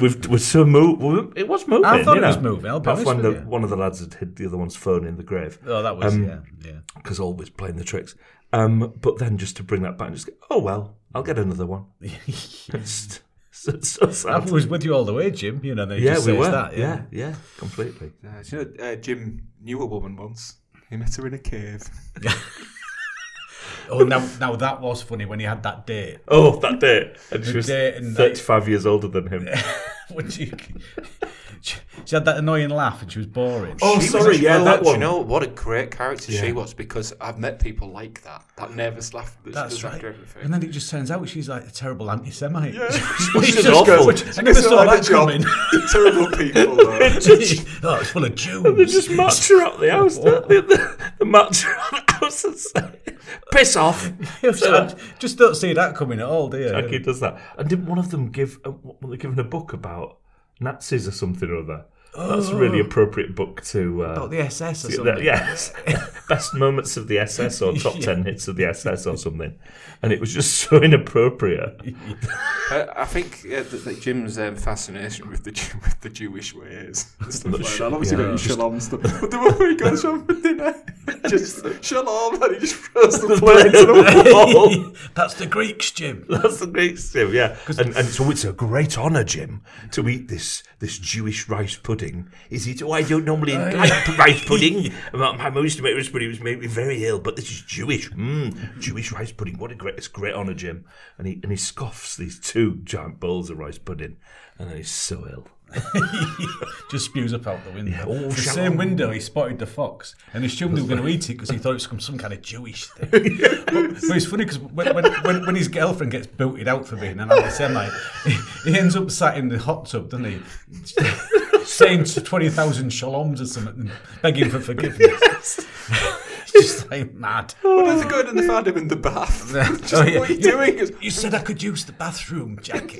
S4: we've, we're so moved. It was moving.
S2: I thought
S4: you
S2: it was
S4: know.
S2: moving, I'll be
S4: Apart from
S2: honest
S4: when
S2: with
S4: the,
S2: you.
S4: one of the lads had hid the other one's phone in the grave
S2: Oh, that
S4: Um,
S2: was, yeah, yeah.
S4: because always playing the tricks. Um, but then just to bring that back and just go, Oh, well, I'll get another one. It's so, so
S2: I
S4: sad.
S2: was with you all the way, Jim. You know, they
S4: Yeah,
S2: just
S4: we
S2: says
S4: were.
S2: that.
S4: yeah, yeah, completely.
S1: Uh, do you know, uh, Jim knew a woman once. He met her in a cave.
S2: Oh, now, now that was funny when he had that date.
S4: Oh, that date. And she
S2: The
S4: was
S2: date and
S4: 35 years older than him.
S2: Would you? She, she had that annoying laugh, and she was boring.
S4: Oh,
S3: She was
S4: sorry,
S3: actually-
S4: yeah,
S3: well,
S4: that
S3: do
S4: one.
S3: You know what a great character
S4: Yeah.
S3: she was because I've met people like that. That nervous laugh that she
S2: That's
S3: does
S2: right.
S3: after everything.
S2: And then it just turns out she's like a terrible anti-Semite.
S4: She
S2: Which
S4: just
S2: is awful.
S4: goes,
S2: I never
S4: "It's
S2: saw
S4: not my
S2: that
S4: job."
S2: coming.
S1: Terrible people. though.
S2: oh, it's full of
S4: They
S2: Jews.
S4: just match her up the house. don't they? The, the, the match her up the house. and say, Piss off.
S2: just don't see that coming at all, do you?
S4: Okay, does that. And didn't one of them give? uh, Were they given a book about Nazis or something or other? That's a really appropriate book to. Uh,
S2: Oh. About the SS or
S4: to-
S2: something.
S4: yes, best moments of the SS or top ten hits of the SS or something, and it was just so inappropriate.
S3: I,
S1: Uh,
S3: I think yeah, that, that Jim's um, fascination with the Jew- with the Jewish ways and stuff like that.
S1: Obviously,
S3: Obviously,
S4: Yeah.
S1: yeah, shalom stuff. But the one where he goes home for dinner, just shalom, and he just throws the plate.
S4: Playing to the wall.
S2: That's the Greeks, Jim.
S4: That's the great Jim, yeah. And, and so it's a great honour, Jim, to eat this this Jewish rice pudding. Is it? Oh, I don't normally like rice pudding. My, my mum used to make rice pudding, it was made me very ill, but this is Jewish. Mm, Jewish rice pudding. What a great, it's a great honour, Jim. And he and he scoffs these two giant bowls of rice pudding, and then he's so ill.
S2: Just spews up out the window.
S4: oh,
S2: the
S4: shalom.
S2: same window he spotted the fox and assumed they were going to eat it because he thought it was some, some kind of Jewish thing. but, but it's funny because when, when, when, when his girlfriend gets booted out for being an anti-Semite, he, he ends up sat in the hot tub, doesn't he? Saying 20,000 shaloms or something, and begging for forgiveness. It's just like mad.
S1: There's a good and they found him in the bath. just
S2: Oh, yeah.
S1: what are you doing? It's-
S2: You said I could use the bathroom, Jackie.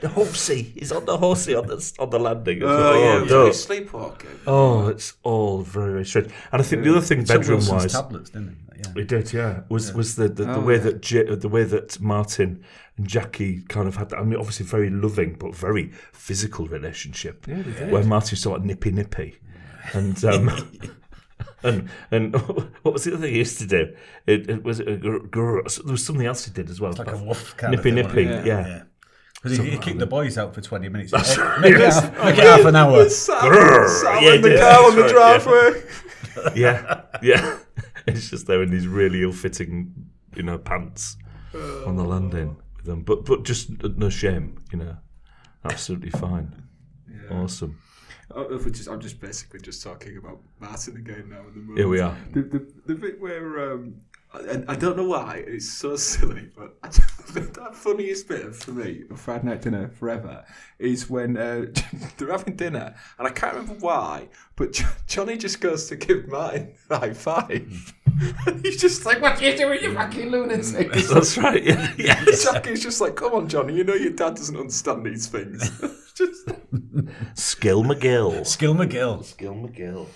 S4: The horsey. He's on the horsey on the on the landing.
S3: Oh, yeah,
S4: no.
S3: Jewish sleepwalking.
S4: oh, it's all very, very strange. And I think the other thing, bedroom wise,
S2: tablets, didn't he? Yeah. Oh,
S4: It did, yeah. Was was the the, the way that J- the way that Martin and Jackie kind of had that? I mean, obviously very loving but very physical relationship. Yeah, they did. Where Martin was sort of nippy nippy, and um, and and what was the other thing he used to do? It, it was a gr- gr- there was something else he did as well.
S2: Like a
S4: but-
S2: wolf kind of
S4: nippy
S2: thing, wasn't
S4: nippy,
S2: it?
S4: yeah.
S2: Yeah. Because he, he kicked the boys out for 20 minutes.
S4: That's
S2: Eh,
S4: right,
S2: Make, it,
S4: yes.
S2: half, make it half an hour.
S1: Sat,
S4: Grrr.
S1: sat
S4: Yeah,
S1: in the
S4: yeah,
S1: car on the
S4: that's right,
S1: driveway.
S4: yeah, yeah. It's just there in these really ill-fitting, you know, pants on the landing with them, but but just uh, no shame, you know, absolutely fine, awesome.
S1: Oh, if we just, I'm just basically just talking about Martin again now. In the moment.
S4: Here we are.
S1: The, the, the bit where um, and I don't know why it's so silly, but I just, the funniest bit for me of Friday night dinner forever is when uh, they're having dinner, and I can't remember why, but Jo- Johnny just goes to give Martin a high five. And He's just like, "What are you doing, you fucking lunatic?"
S4: That's right. Yeah, yeah.
S1: Jackie's just like, "Come on, Johnny, you know your dad doesn't understand these things." just
S4: Skill McGill.
S2: Skill McGill.
S4: Skill McGill.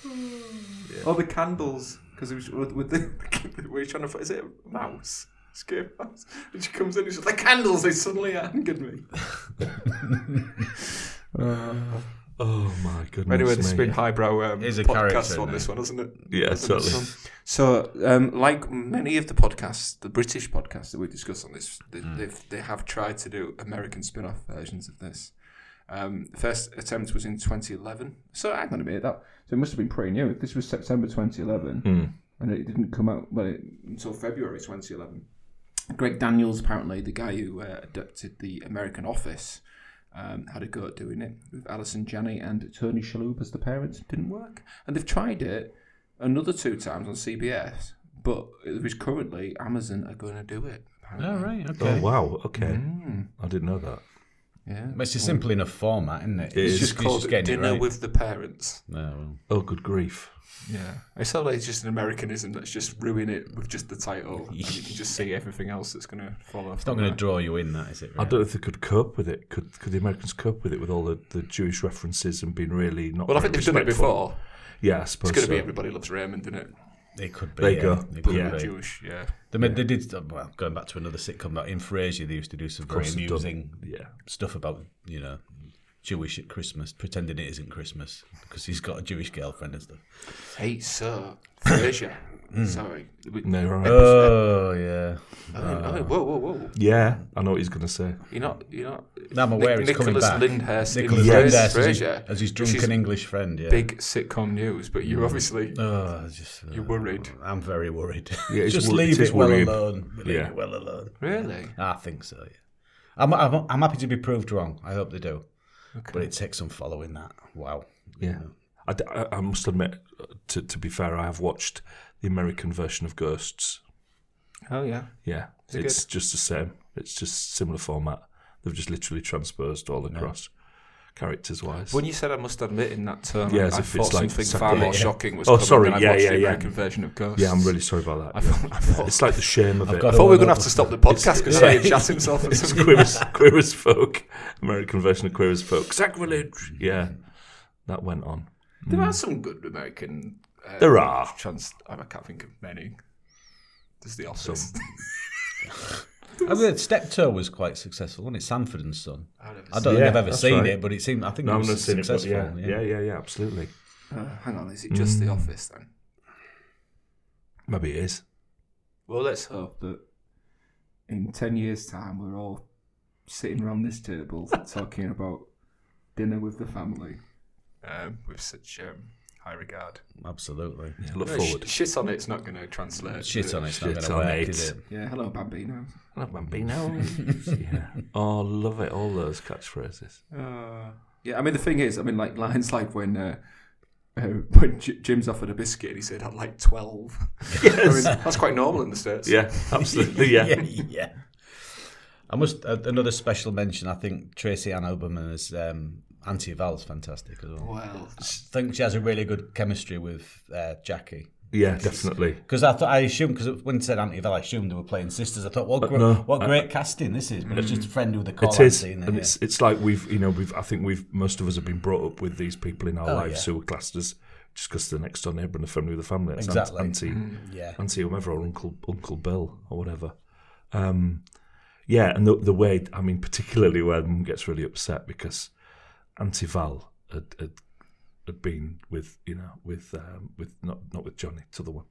S1: Oh, the candles because it was with, with the we're trying to find. Is it a mouse? Scare mouse. And she comes in and she's like, "The candles!" They suddenly angered me.
S4: Oh my goodness.
S3: Anyway, this has
S4: me.
S3: been highbrow um,
S2: Is a character,
S3: podcast
S2: isn't
S3: on
S2: it?
S3: this one, isn't it?
S4: Yeah, totally.
S3: So, um, like many of the podcasts, the British podcasts that we discuss on this, they,
S2: Hmm.
S3: they've, they have tried to do American spin off versions of this. Um, the first attempt was in 2011. So, hang on a minute. That, so, it must have been pretty new. If This was September 2011,
S2: Hmm.
S3: and it didn't come out well, it, until February 2011. Greg Daniels, apparently, the guy who uh, adapted The American Office, um, had a go at doing it with Alison Janney and Tony Shalhoub as the parents. Didn't work. And they've tried it another two times on CBS, but it was currently Amazon are going to do it. apparently.
S2: All right, okay.
S4: Oh wow. Okay.
S3: Mm.
S4: I didn't know that.
S3: Yeah.
S2: But it's just simple enough format, isn't it?
S4: is.
S3: It's just called
S2: getting it
S3: Dinner
S2: right.
S3: with the Parents.
S2: No, well.
S4: Oh, good grief.
S3: Yeah. It's not like it's just an Americanism that's just ruin it with just the title. and you can just see everything else that's going to follow.
S2: It's not going to draw you in, that is it?
S4: I
S2: Really?
S4: don't know if they could cope with it. Could could the Americans cope with it with all the, the Jewish references and being really not?
S3: Well, I
S4: very
S3: think they've done it
S4: respectful?
S3: before.
S4: Yeah, I suppose
S3: It's going to
S4: so.
S3: be Everybody Loves Raymond, isn't it?
S2: It could be.
S4: There you
S2: yeah.
S4: go.
S2: It could
S4: Yeah.
S2: be.
S3: Jewish, yeah.
S2: They, made, they did, uh, well, going back to another sitcom, that in Frasier, they used to do some very
S4: course they've done.
S2: amusing
S4: Yeah.
S2: stuff about, you know, Jewish at Christmas, pretending it isn't Christmas because he's got a Jewish girlfriend and stuff.
S3: Hey, sir. Frasier.
S4: Mm.
S3: Sorry. We,
S4: No, right.
S2: Oh, yeah.
S3: oh, oh, whoa, whoa, whoa.
S4: yeah, I know what he's going to say.
S3: You're not. You're not.
S2: No, I'm
S4: Oh,
S2: aware
S3: Nic-
S2: it's coming
S3: Nicholas
S2: back.
S3: Lyndhurst in
S2: Nicholas
S3: Frasier.
S2: Lyndhurst as, his-
S3: Frasier.
S2: as his
S3: Which is
S2: drunken English friend, yeah.
S3: Big sitcom news, but
S4: Mm.
S3: you're obviously
S2: Oh, I just, uh,
S3: you're worried.
S2: I'm very worried.
S4: it's
S2: just
S4: wor- it
S2: leave
S4: is
S2: it well
S4: worrying.
S2: alone. Leave
S4: Yeah.
S2: it well alone.
S3: Really?
S2: I think so, yeah. I'm, I'm, I'm happy to be proved wrong. I hope they do. But it takes some following that. Wow.
S4: Yeah. I, d- I- I must admit, to, to be fair, I have watched the American version of Ghosts.
S3: Oh yeah.
S4: Yeah.
S3: it
S4: it's just the same. It's just similar format. They've just literally transposed all across characters wise.
S3: When you said I must admit in that term,
S4: Yeah,
S3: yeah,
S4: as
S3: I
S4: if
S3: thought
S4: it's like
S3: something
S4: something-
S3: far
S4: yeah,
S3: more
S4: yeah.
S3: shocking was
S4: Oh,
S3: coming
S4: sorry,
S3: when I
S4: yeah,
S3: watched
S4: yeah,
S3: the
S4: yeah.
S3: American version of Ghosts.
S4: yeah, I'm really sorry about
S3: I
S4: that. yeah.
S3: thought, I thought,
S4: It's like the shame of it.
S2: got
S4: Queer
S2: a-
S3: we were going to have to stop the podcast because yeah. chat himself. And something.
S4: as, queer as folk. American version of queer as folk. Sacrilege. Yeah. That went on.
S3: There are some good American. Uh,
S4: There are.
S3: Trans- I can't think of many. There's the Office.
S2: I mean, Steptoe was quite successful, wasn't it? Sanford and Son. I don't
S4: seen
S2: think
S4: it.
S2: I've ever
S4: That's
S2: seen
S4: right.
S2: it, but it seemed I think
S4: No,
S2: it
S4: I've
S2: was
S4: not seen it. But
S2: successful.
S4: yeah,
S2: yeah.
S4: yeah, yeah, yeah, absolutely.
S3: Uh, Hang on, is it just the Office then?
S4: Maybe it is.
S3: Well, let's hope.
S1: that in 10 years' time we're all sitting around this table talking about dinner with the family.
S3: Um, with such um, high regard.
S2: Absolutely.
S4: Yeah, look
S3: No, sh-
S4: forward.
S3: shit on it's not going to translate.
S2: Shit on it, it's not
S4: Shit
S2: going
S4: on
S2: to work,
S4: it.
S2: is it?
S1: Yeah, hello, Bambino.
S4: Love Bambino. yeah. Mm. Oh, love it. All those catchphrases.
S1: Uh, yeah, I mean, the thing is, I mean, like, lines like when. Uh, uh, when J- Jim's offered a biscuit and he said, I'd like 12. I mean,
S3: That's quite normal in the States.
S4: Yeah, absolutely. Yeah.
S2: yeah, yeah. I must uh, another special mention. I think Tracy Ann Oberman as um, Auntie Val's fantastic as well.
S3: Well,
S2: I think she has a really good chemistry with uh, Jackie.
S4: Yeah, definitely.
S2: Because I thought I assumed because when it said Auntie Val, I assumed they were playing sisters. I thought, what, gr-
S4: no,
S2: what great casting this is! But it's just a friend with a call
S4: It is,
S2: auntie in
S4: and
S2: there.
S4: it's it's like we've you know we've I think we've most of us have been brought up with these people in our
S2: Oh,
S4: lives who were classed as just because the next door neighbour and the family of the family. It's aunt-
S2: Exactly. Mm,
S4: Auntie,
S2: yeah.
S4: auntie, whomever, or Uncle Uncle Bill or whatever. Um, yeah, and the the way I mean, particularly where Mum gets really upset because Auntie Val had, had, had been with you know with um, with not not with Johnny, it's the other one.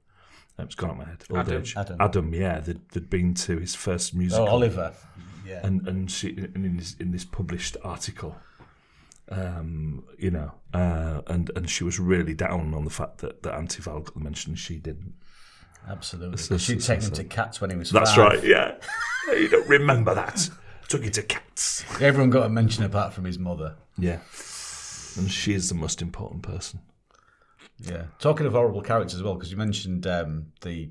S4: Um, it's gone out my head. Old
S3: Adam.
S4: age.
S2: Adam.
S4: yeah, they'd, they'd been to his first musical
S2: Oh, Oliver. Yeah.
S4: and and she and in this in this published article, um, you know, uh, and and she was really down on the fact that that Auntie Val got the mention and she didn't.
S2: Absolutely.
S4: so-
S2: She'd
S4: so-
S2: taken him
S4: so-
S2: to cats when he was
S4: That's
S2: five.
S4: right. Yeah, you don't remember that. Took you to cats.
S2: Everyone got a mention apart from his mother.
S4: Yeah, and she is the most important person.
S2: Yeah. Talking of horrible characters as well, because you mentioned um, the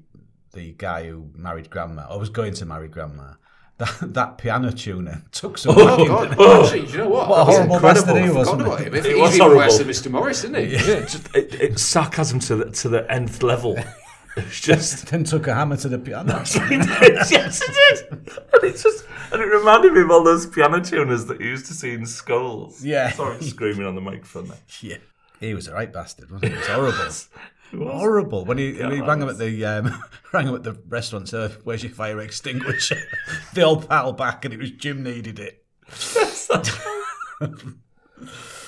S2: the guy who married grandma, or was going to marry grandma. That that piano tuner took some.
S3: oh,
S2: Oh,
S3: God. Actually, do you know what?
S2: What a
S3: That was
S2: horrible
S3: incredible.
S2: bastard he
S3: I
S2: was,
S3: forgot
S2: wasn't
S3: about
S2: he?
S3: him. He's
S4: He was
S3: even worse than
S4: horrible.
S3: Mr. Morris, isn't he?
S4: Yeah, just it, it's sarcasm to the to the nth level. It's just.
S2: Then took a hammer to the piano.
S4: yes, it did. And it just and it reminded me of all those piano tuners that you used to see in skulls.
S2: Yeah.
S4: Sorry, for screaming on the microphone. There.
S2: yeah. He was a right bastard, wasn't he? It was horrible.
S4: It was.
S2: horrible. When he, when he rang him at the um, rang him at the restaurant, so where's your fire extinguisher? the old pal back, and it was Jim needed it.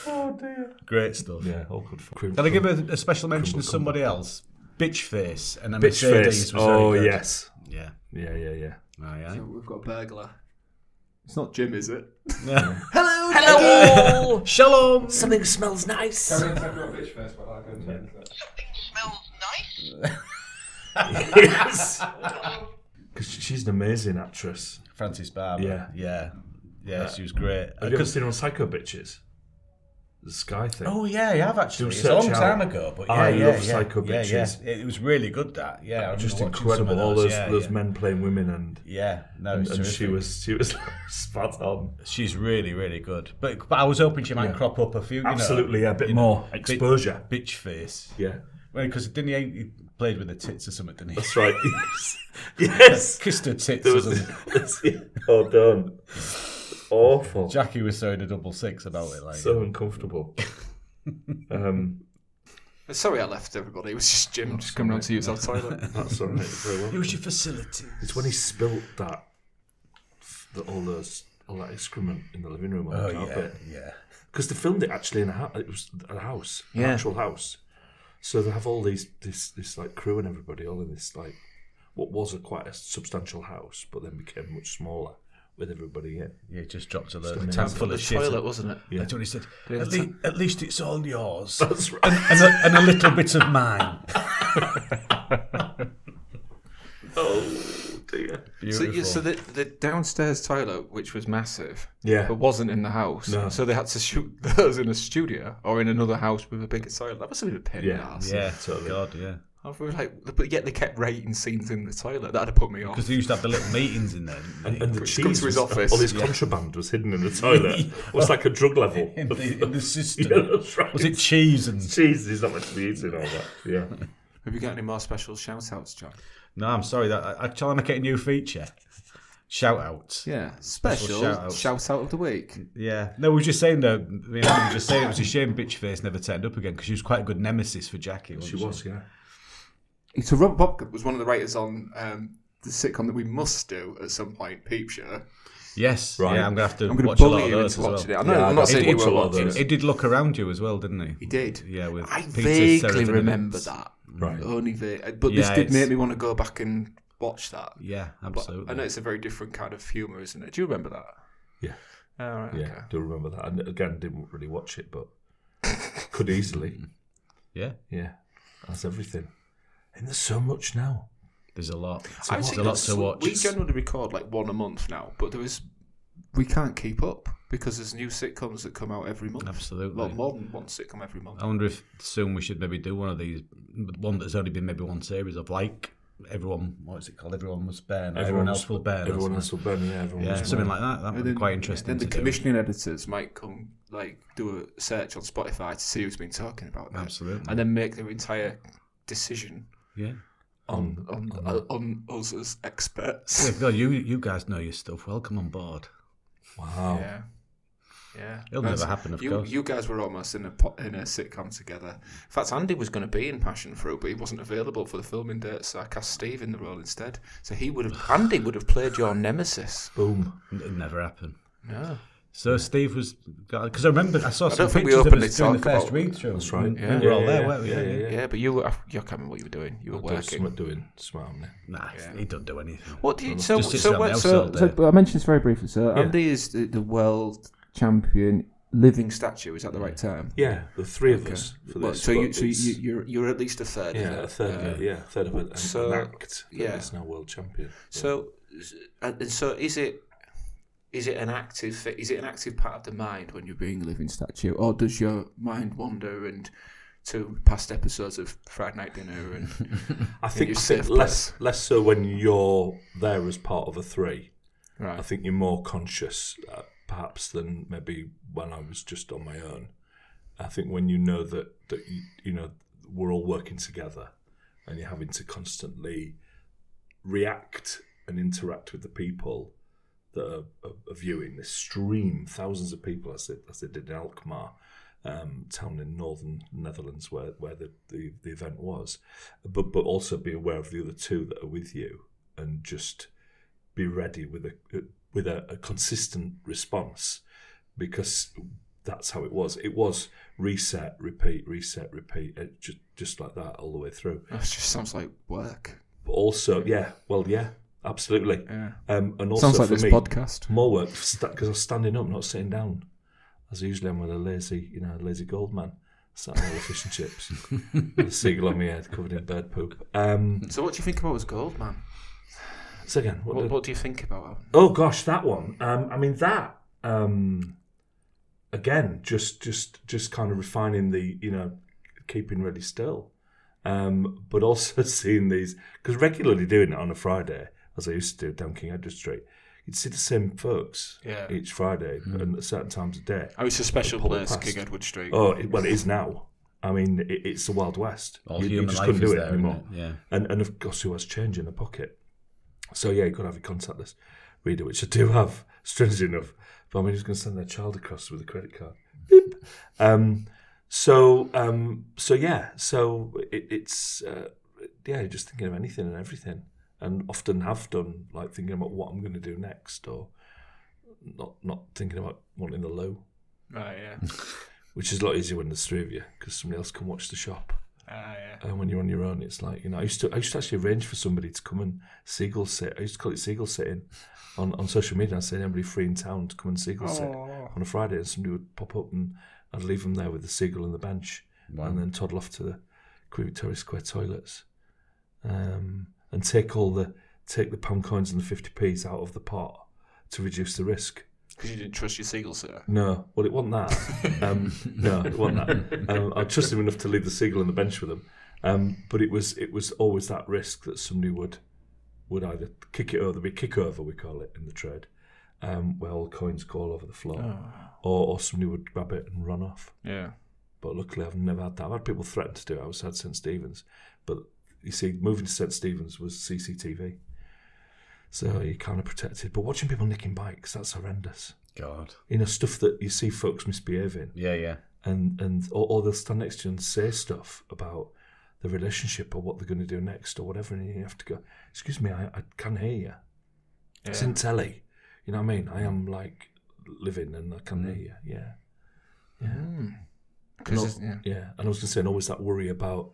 S4: Oh dear.
S2: Great stuff.
S4: Yeah, all good for cream.
S2: Can I give a, a special mention to somebody else? Bitchface and a
S4: bitch
S2: Mercedes
S4: face?
S2: was
S4: Oh
S2: very good.
S4: yes.
S2: yeah,
S4: Yeah, yeah, yeah.
S2: oh yeah.
S1: We've got a burglar. It's not Jim, is it?
S4: Hello.
S2: Shalom.
S4: Something smells nice.
S5: Something smells nice.
S4: yes. Because she's an amazing actress.
S2: Francis Barber.
S4: Yeah.
S2: yeah, yeah. she was great.
S4: Have you ever seen her on Psycho Bitches? The Sky thing.
S2: oh yeah, I have actually.
S4: Do
S2: It's a long
S4: search out.
S2: time ago, but yeah,
S4: I
S2: yeah,
S4: love
S2: yeah,
S4: Psycho
S2: yeah,
S4: Bitches.
S2: yeah. It, it was really good. That yeah, I remember
S4: Just
S2: watching some
S4: incredible.
S2: of
S4: All those
S2: yeah,
S4: those
S2: yeah.
S4: men playing women and
S2: Yeah, no,
S4: and,
S2: it's
S4: and she
S2: terrific.
S4: was she was spot on.
S2: She's really, really good. But but I was hoping she might crop up a few. You
S4: Absolutely,
S2: know,
S4: yeah, a bit
S2: you
S4: more
S2: know, bi-
S4: exposure.
S2: bitch face.
S4: Yeah.
S2: Because didn't he, he played with the tits or something? Didn't he?
S4: That's right. Yes. yes.
S2: Kissed her tits.
S4: There
S2: or
S4: was
S2: something.
S4: this, oh done. Awful.
S2: Jackie was throwing a double six about it. Like
S4: so uncomfortable. um,
S3: Sorry, I left everybody. It was just Jim just coming round to use our toilet.
S4: that's all right. Very well.
S2: use your facilities.
S4: It's when he spilt that, that all those all that excrement in the living room on
S2: Oh
S4: the
S2: yeah,
S4: carpet
S2: yeah.
S4: because they filmed it actually in a house. It was a house, an
S3: Yeah.
S4: actual house. So they have all these this this like crew and everybody all in this like what was a quite a substantial house, but then became much smaller with everybody in.
S2: Yeah, just dropped a load. Tank full of shit.
S3: toilet, wasn't it?
S2: That's what he said. At, le- at least it's all yours,
S4: That's right.
S2: and, a, and a little bit of mine.
S4: oh
S1: So,
S4: dear.
S2: Beautiful.
S1: yeah, so the, the downstairs toilet, which was massive,
S4: Yeah.
S1: but wasn't in the house,
S4: No.
S1: so they had to shoot those in a studio or in another house with a bigger toilet. That must have been a pain in the
S4: Yeah.
S1: ass.
S2: yeah,
S4: Totally.
S2: God, yeah.
S1: I was like, but yet they kept rating scenes in the toilet. That'd have put me off.
S2: Because they used to have the little meetings in there. didn't they?
S4: And, and the
S1: He's
S4: cheese
S1: come to his
S4: was-
S1: office.
S4: All his contraband was hidden in the toilet. It was like a drug level.
S2: in, the, in the system.
S4: Yeah, that's right.
S2: Was it cheese and?
S4: cheese is not meant to be eating all that. Yeah.
S1: Have you got any more special shout outs, John?
S2: No, I'm sorry. That I, I'm trying to get a new feature. Shout out.
S1: Yeah, special,
S2: shout-outs.
S1: shout out of the week.
S2: Yeah. No, we were just saying though. Me and Adam were just saying it was a shame Bitchface never turned up again because she was quite a good nemesis for Jackie. Wasn't she,
S4: She was, yeah.
S1: So Robert Bobcat was one of the writers on um, the sitcom that we must do at some point, Peep Show.
S2: Yes.
S4: Right.
S2: Yeah, I'm gonna have to
S1: I'm going
S2: watch
S1: to
S2: a lot
S1: bully
S2: of
S1: you
S2: those
S1: into
S2: as well.
S1: watching it. I'm not,
S4: Yeah,
S1: I'm not
S4: I
S1: saying
S4: did
S1: you
S4: watch
S1: were
S4: a lot of
S1: watching
S4: those.
S1: it.
S2: He did look around you as well, didn't he?
S1: He did.
S2: Yeah, with
S1: I
S2: Peter
S1: vaguely
S2: Serafinowicz.
S1: remember that.
S4: Right.
S1: Only vague. But
S2: Yeah,
S1: this did
S2: it's-
S1: make me want to go back and watch that.
S2: Yeah,
S1: But
S2: absolutely.
S1: I know it's a very different kind of humour, isn't it? Do you remember that?
S4: Yeah.
S1: All right.
S4: Yeah. Do remember that. And again, didn't really watch it, but could easily.
S2: Yeah,
S4: Yeah. That's everything. And there's so much now.
S2: there's a lot.
S1: I
S2: There's
S1: think
S2: a lot
S1: that's-
S2: to watch.
S1: We generally record like one a month now, but there is we can't keep up because there's new sitcoms that come out every month.
S2: Absolutely.
S1: Well, more than one sitcom every month.
S2: I wonder if soon we should maybe do one of these, one that's only been maybe one series of like everyone. What is it called? Everyone must burn. Everyone, else will burn. or
S4: Everyone
S2: something.
S4: else will burn. Yeah. Everyone
S2: Yeah,
S4: else
S2: something like that. That would be quite interesting.
S1: Then the
S2: to do.
S1: commissioning editors might come, like, do a search on Spotify to see who's been talking about that,
S2: Absolutely.
S1: and then make their entire decision
S2: Yeah.
S1: on on uh, on, us as experts.
S2: Well, you you guys know your stuff. Welcome on board.
S4: Wow.
S1: yeah, yeah.
S2: It'll
S1: That's-
S2: never happen, of
S1: you,
S2: course.
S1: You guys were almost in a po- in a sitcom together. In fact, Andy was going to be in Passion Fruit, but he wasn't available for the filming date, so I cast Steve in the role instead. So he would have Andy would have played your nemesis.
S4: Boom.
S2: It'll never happen.
S1: No.
S2: So Steve was because I remember I saw some
S1: don't think we
S2: pictures of
S1: openly
S2: us during the
S1: talk
S2: first
S1: about-
S2: read through. That's
S4: right.
S2: We
S1: Yeah.
S2: were all
S4: Yeah,
S2: there,
S4: yeah,
S2: weren't we?
S4: yeah, yeah,
S1: Yeah. but you were. I can't remember what you were doing. You were
S4: Doing
S1: working.
S4: something doing. Smart, isn't it?
S2: Nah, he don't do anything.
S1: What do you? So
S2: Just sits
S1: so
S2: around the
S1: what?
S2: house all
S1: So,
S2: day.
S1: so but I mentioned this very briefly. So Andy is the, the world champion living statue. Is that the right term?
S4: Yeah. The three of us for
S1: Well,
S4: this.
S1: so you
S4: but
S1: so you,
S4: it's-
S1: you're you're at least a third.
S4: Yeah,
S1: of
S4: a
S1: it. Um,
S4: third of it. Yeah, a third of it. An,
S1: so,
S4: an act. Yeah,
S1: yeah.
S4: it's now world champion.
S1: So, and and so is it? Is it an active? thi- Is it an active part of the mind when you're being a living statue, or does your mind wander and to past episodes of Friday Night Dinner and
S4: I think,
S1: you're
S4: I think
S1: safe,
S4: less less so when you're there as part of a three. I
S1: right?
S4: think you're more conscious, uh, perhaps, than maybe when I was just on my own. I think when you know that that you, you know we're all working together, and you're having to constantly react and interact with the people that are, are, are viewing this stream, thousands of people as it as they did in Alkmaar. Um, town in northern Netherlands where, where the, the, the event was, but but also be aware of the other two that are with you and just be ready with a with a, a consistent response because that's how it was. It was reset, repeat, reset, repeat, uh, just just like that all the way through.
S1: That just sounds like work.
S4: But also, yeah, well, yeah, absolutely.
S1: Yeah.
S4: Um, and also
S1: Sounds like
S4: for
S1: this
S4: me,
S1: podcast.
S4: more work because I'm standing up, not sitting down, as usually I'm with a lazy, you know, lazy gold man. Sat there with fish and chips, with a seagull on my head, covered in bird poop. Um,
S1: So, what do you think about as gold, man?
S4: so again, what,
S1: What,
S4: did-
S1: what do you think about it?
S4: Oh gosh, that one. Um, I mean that. Um, again, just just just kind of refining the you know keeping really still, um, but also seeing these because regularly doing it on a Friday as I used to do down King Edward Street, you'd see the same folks
S1: Yeah.
S4: each Friday
S2: Hmm.
S4: and at certain times of day.
S1: Oh, it's a special
S4: Pull
S1: place,
S4: past.
S1: King Edward Street.
S4: Oh it, well, it is now. I mean, it, it's the Wild West.
S2: All human life is there, isn't it? Yeah.
S4: And and of course, who has change in a pocket? So yeah, you could have your contactless reader, which I do have, strangely enough. But I mean, who's going to send their child across with a credit card? Beep. Um, so um, so yeah, so it, it's uh, yeah, you're just thinking of anything and everything, and often have done like thinking about what I'm going to do next, or not not thinking about wanting the loo,
S1: Right, yeah.
S4: which is a lot easier when there's three of you because somebody else can watch the shop.
S1: Ah, yeah.
S4: And when you're on your own, it's like you know. I used to, I used to actually arrange for somebody to come and seagull sit. I used to call it seagull sitting on, on social media. I'd say anybody free in town to come and seagull sit on a Friday, and somebody would pop up and I'd leave them there with the seagull and the bench, and then toddle off to the Queen Victoria Square toilets, um, and take all the take the pound coins and the fifty p's out of the pot to reduce the risk.
S1: because you didn't trust your seagull, sir.
S4: No, well, it wasn't that. Um, no, it wasn't that. Um, I trusted him enough to leave the seagull on the bench with him, um, but it was it was always that risk that somebody would would either kick it over, there'd be a kick over we call it in the trade, um, where all the coins go all over the floor, or, or somebody would grab it and run off.
S1: Yeah.
S4: But luckily, I've never had that. I've had people threaten to do it outside St Stephen's, but you see, moving to St Stephen's was CCTV, so you're kind of protected. But watching people nicking bikes, that's horrendous
S2: God.
S4: you know stuff that you see folks misbehaving
S2: Yeah, yeah.
S4: and and or, or they'll stand next to you and say stuff about the relationship or what they're going to do next or whatever and you have to go excuse me i, I can hear you it's in telly you know what i mean i am like living and i can
S2: Mm-hmm.
S4: hear you yeah And
S1: Because
S4: al-
S1: yeah.
S4: yeah and i was going to say and always that worry about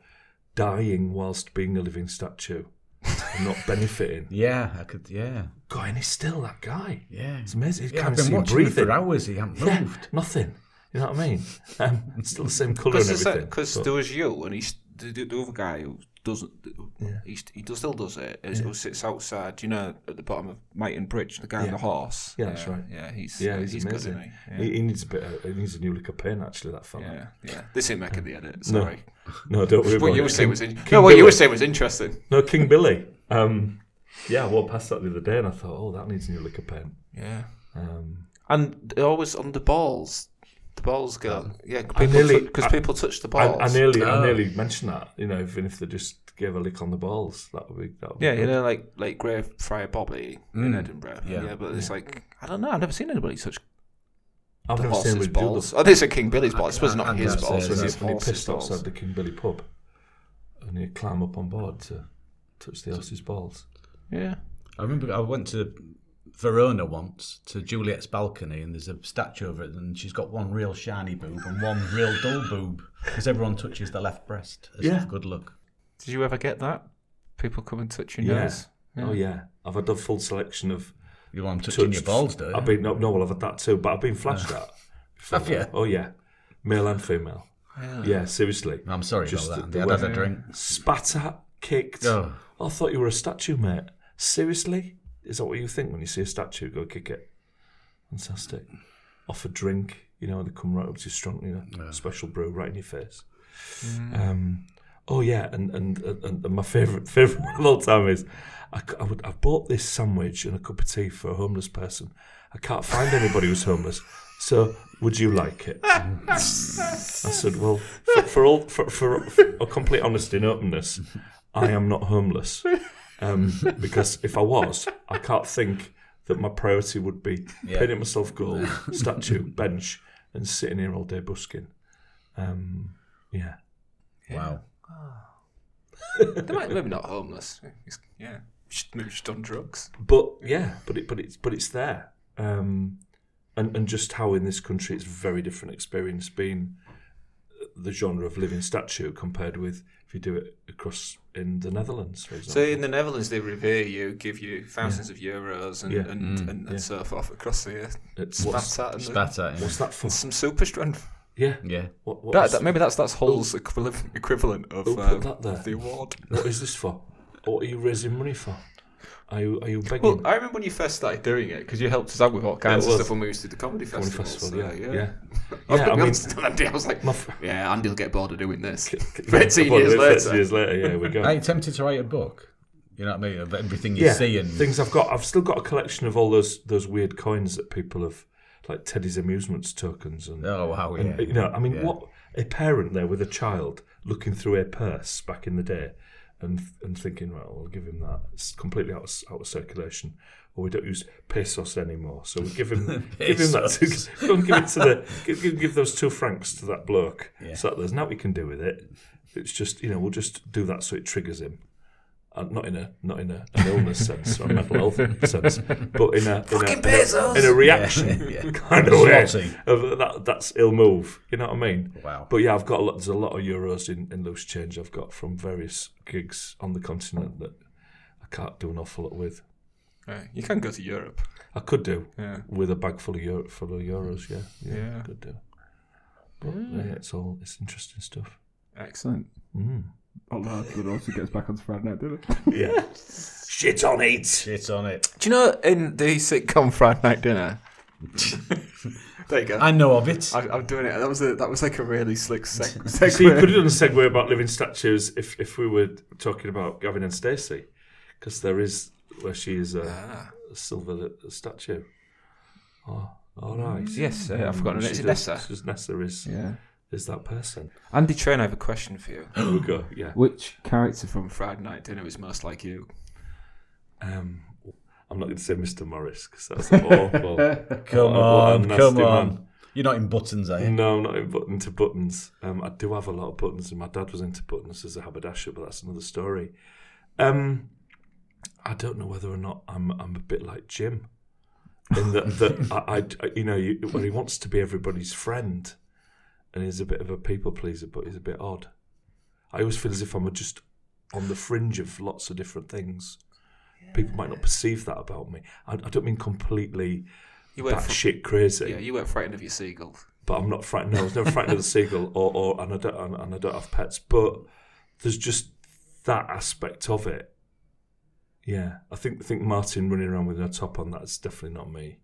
S4: dying whilst being a living statue and not benefiting
S2: Yeah, I could. Yeah,
S4: god and he's still that guy
S2: yeah.
S4: it's amazing you
S2: yeah I've
S4: can't
S2: been
S4: see him
S2: watching him
S4: breathing
S2: for hours. He hasn't
S4: Yeah,
S2: moved.
S4: nothing. You know what I mean? Um, it's still the same colour and
S1: Because
S4: everything. but-
S1: there was you and he's the, the, the other guy who doesn't. He, he does, still does it. Who sits outside, you know, at the bottom of Maiden Bridge, the guy on the horse.
S4: Yeah, that's right.
S1: Yeah, he's
S4: yeah,
S1: he's,
S4: he's,
S1: good,
S4: amazing.
S1: isn't he? Yeah.
S4: he? He needs a bit. Of, he needs a new lick of pain, actually. That fella.
S1: yeah, yeah. This ain't making the edit. Sorry.
S4: No, don't worry.
S1: What
S4: about
S1: you
S4: it.
S1: were saying was
S4: King-
S1: in-
S4: King
S1: no, what you were
S4: Billy.
S1: saying was interesting.
S4: No, King Billy. Um, yeah, I walked past that the other day, and I thought, oh, that needs a new lick of pain.
S1: Yeah.
S4: Um,
S1: And they're always on the balls. The balls go. yeah, because people,
S4: nearly-
S1: tou- 'cause
S4: I-
S1: people touch the
S4: I,
S1: balls. Oh.
S4: I nearly, I nearly mentioned that. You know, even if they just gave a lick on the balls, that would be. That would
S1: yeah,
S4: be
S1: you
S4: good.
S1: know, like like Greyfriar Bobby in Edinburgh. Yeah,
S2: Yeah.
S1: but it's like I don't know. I've never seen anybody touch
S4: I've never seen
S1: horses'
S4: anybody do
S1: balls.
S4: this.
S1: Oh, this is King Billy's balls. I suppose not
S2: I'm
S1: his
S2: gonna say
S1: balls. It's
S2: this.
S4: When
S1: his
S4: he, when he
S1: horses'
S4: pissed
S1: balls.
S4: outside the King Billy pub, and he climb up on board to touch the horse's balls.
S1: Yeah.
S2: I remember I went to Verona once to Juliet's balcony, and there's a statue of it, and she's got one real shiny boob and one real dull boob because everyone touches the left breast. As
S4: Yeah.
S2: yeah, good luck.
S1: Did you ever get that? People come and touch your
S4: Yeah.
S1: nose.
S4: Oh yeah, I've had a full selection of.
S2: You want them touching your
S4: touched-
S2: balls, do you?
S4: I've been no, no, well, I've had that too, but I've been flashed at. before
S2: Have you?
S4: that. Oh yeah, male and female. Yeah, seriously.
S2: I'm sorry
S4: Just
S2: about
S4: the-
S2: that.
S4: the
S2: They had, had a
S4: way-
S2: drink.
S4: Spat at, kicked.
S2: Oh.
S4: I thought you were a statue, mate. Seriously, is that what you think when you see a statue? Go kick it. Fantastic. Offer drink. You know, they come right up to you strong. You know, special brew right in your face. Um, oh yeah, and and, and, and my favorite favorite one of all time is I, c- I would I bought this sandwich and a cup of tea for a homeless person. I can't find anybody who's homeless, so would you like it? I said, well, for, for all for, for, for a complete honesty and openness, I am not homeless um, because if I was, I can't think that my priority would be painting myself gold, statue, bench, and sitting here all day busking. Um, yeah.
S2: Wow.
S1: They might maybe not homeless. Yeah. Just- Maybe just on drugs.
S4: but yeah, but it, but it's but it's there, um, and and just how in this country it's a very different experience being the genre of living statue compared with if you do it across in the Netherlands, for
S1: So
S4: example.
S1: in the Netherlands, they revere you, give you thousands of euros, and and, and, and so forth across the
S4: it's what's,
S1: spat at and
S2: Spat at him.
S4: what's that for?
S1: some super strength.
S4: Yeah,
S2: Yeah.
S4: What, what
S1: That,
S4: is-
S1: that- maybe that's that's Hull's equivalent equivalent of
S4: Who
S1: uh,
S4: put that there?
S1: the award.
S4: what is this for? What are you raising money for? Are you are you begging?
S1: Well, uh, I remember when you first started doing it because you helped us out with all kinds
S4: it
S1: of
S4: was.
S1: stuff when we used to do the comedy
S4: Money
S1: festivals.
S4: festival,
S1: so,
S4: yeah,
S1: yeah,
S4: yeah.
S1: I, was
S4: Yeah, I
S1: pretty
S4: mean-
S1: honest to Andy. I was like,
S4: f-
S1: yeah, Andy'll get bored of doing this.
S4: Yeah,
S1: 13 years
S4: about 13
S1: later.
S4: years later, yeah, we go.
S2: Are you tempted to write a book? You know what I mean? Of everything you
S4: yeah,
S2: see and
S4: things I've got. I've still got a collection of all those those weird coins that people have, like Teddy's amusements tokens and
S2: oh wow, yeah.
S4: You know, I mean, what a parent there with a child looking through a purse back in the day, and and thinking, right, we'll give him that. It's completely out of, out of circulation, or we don't use pesos anymore, so we give him give him that. To, go and give it to the give, give, give those two francs to that bloke. So that there's nothing we can do with it. It's just you know we'll just do that so it triggers him. Uh, not in a not in a, an illness sense or a mental health sense, but in a in a, in a, in a reaction kind of way
S2: Slotty.
S4: of that that's ill move. You know what I mean?
S2: Wow.
S4: But yeah, I've got a lot, there's a lot of euros in, in loose change I've got from various gigs on the continent that I can't do an awful lot with.
S1: Yeah, you can go to Europe.
S4: I could do
S1: Yeah.
S4: with a bag full of euro, full of euros. Yeah, yeah,
S1: Yeah.
S4: could do. But yeah, it's all it's interesting stuff.
S1: Excellent.
S4: Mm.
S1: Although that also gets back onto Friday night dinner.
S4: Yeah. Shit on it.
S2: Shit on it.
S3: Do you know in the sitcom Friday Night Dinner? there you go.
S2: I know of it.
S3: I, I'm doing it. That was a, that was like a really slick seg-
S4: So you
S3: segue.
S4: could have done a segue about living statues if, if we were talking about Gavin and Stacey, because there is where she is a,
S3: Ah.
S4: a silver li- statue. Oh, all right. Mm,
S3: yes, uh, I've forgotten it. Is it Nessa?
S4: Because Nessa is
S1: Yeah.
S4: is that person.
S3: Andy Train, I have a question for you.
S1: Um,
S4: There we go. Yeah.
S1: Which character from
S3: Friday Night Dinner is most like you.
S4: Um, I'm not going to say Mr. Morris because that's awful.
S2: Come
S4: What a- what a
S2: on,
S4: nasty
S2: come on.
S4: man.
S2: You're not in buttons, are you?
S4: No, I'm not in button to buttons. Um, I do have a lot of buttons, and my dad was into buttons as a haberdasher, but that's another story. Um, I don't know whether or not I'm I'm a bit like Jim, in that that I, I- I- you know you, when he wants to be everybody's friend, and he's a bit of a people pleaser, but he's a bit odd. I always feel as if I'm just on the fringe of lots of different things. People might not perceive that about me. I, I don't mean completely
S3: You weren't. fr-
S4: batshit crazy
S3: yeah, you weren't frightened of your seagull.
S4: but I'm not frightened. No, I was never frightened of the seagull, or, or and I don't and, and I don't have pets. But there's just that aspect of it. Yeah, I think I think Martin running around with no top on that's definitely not me.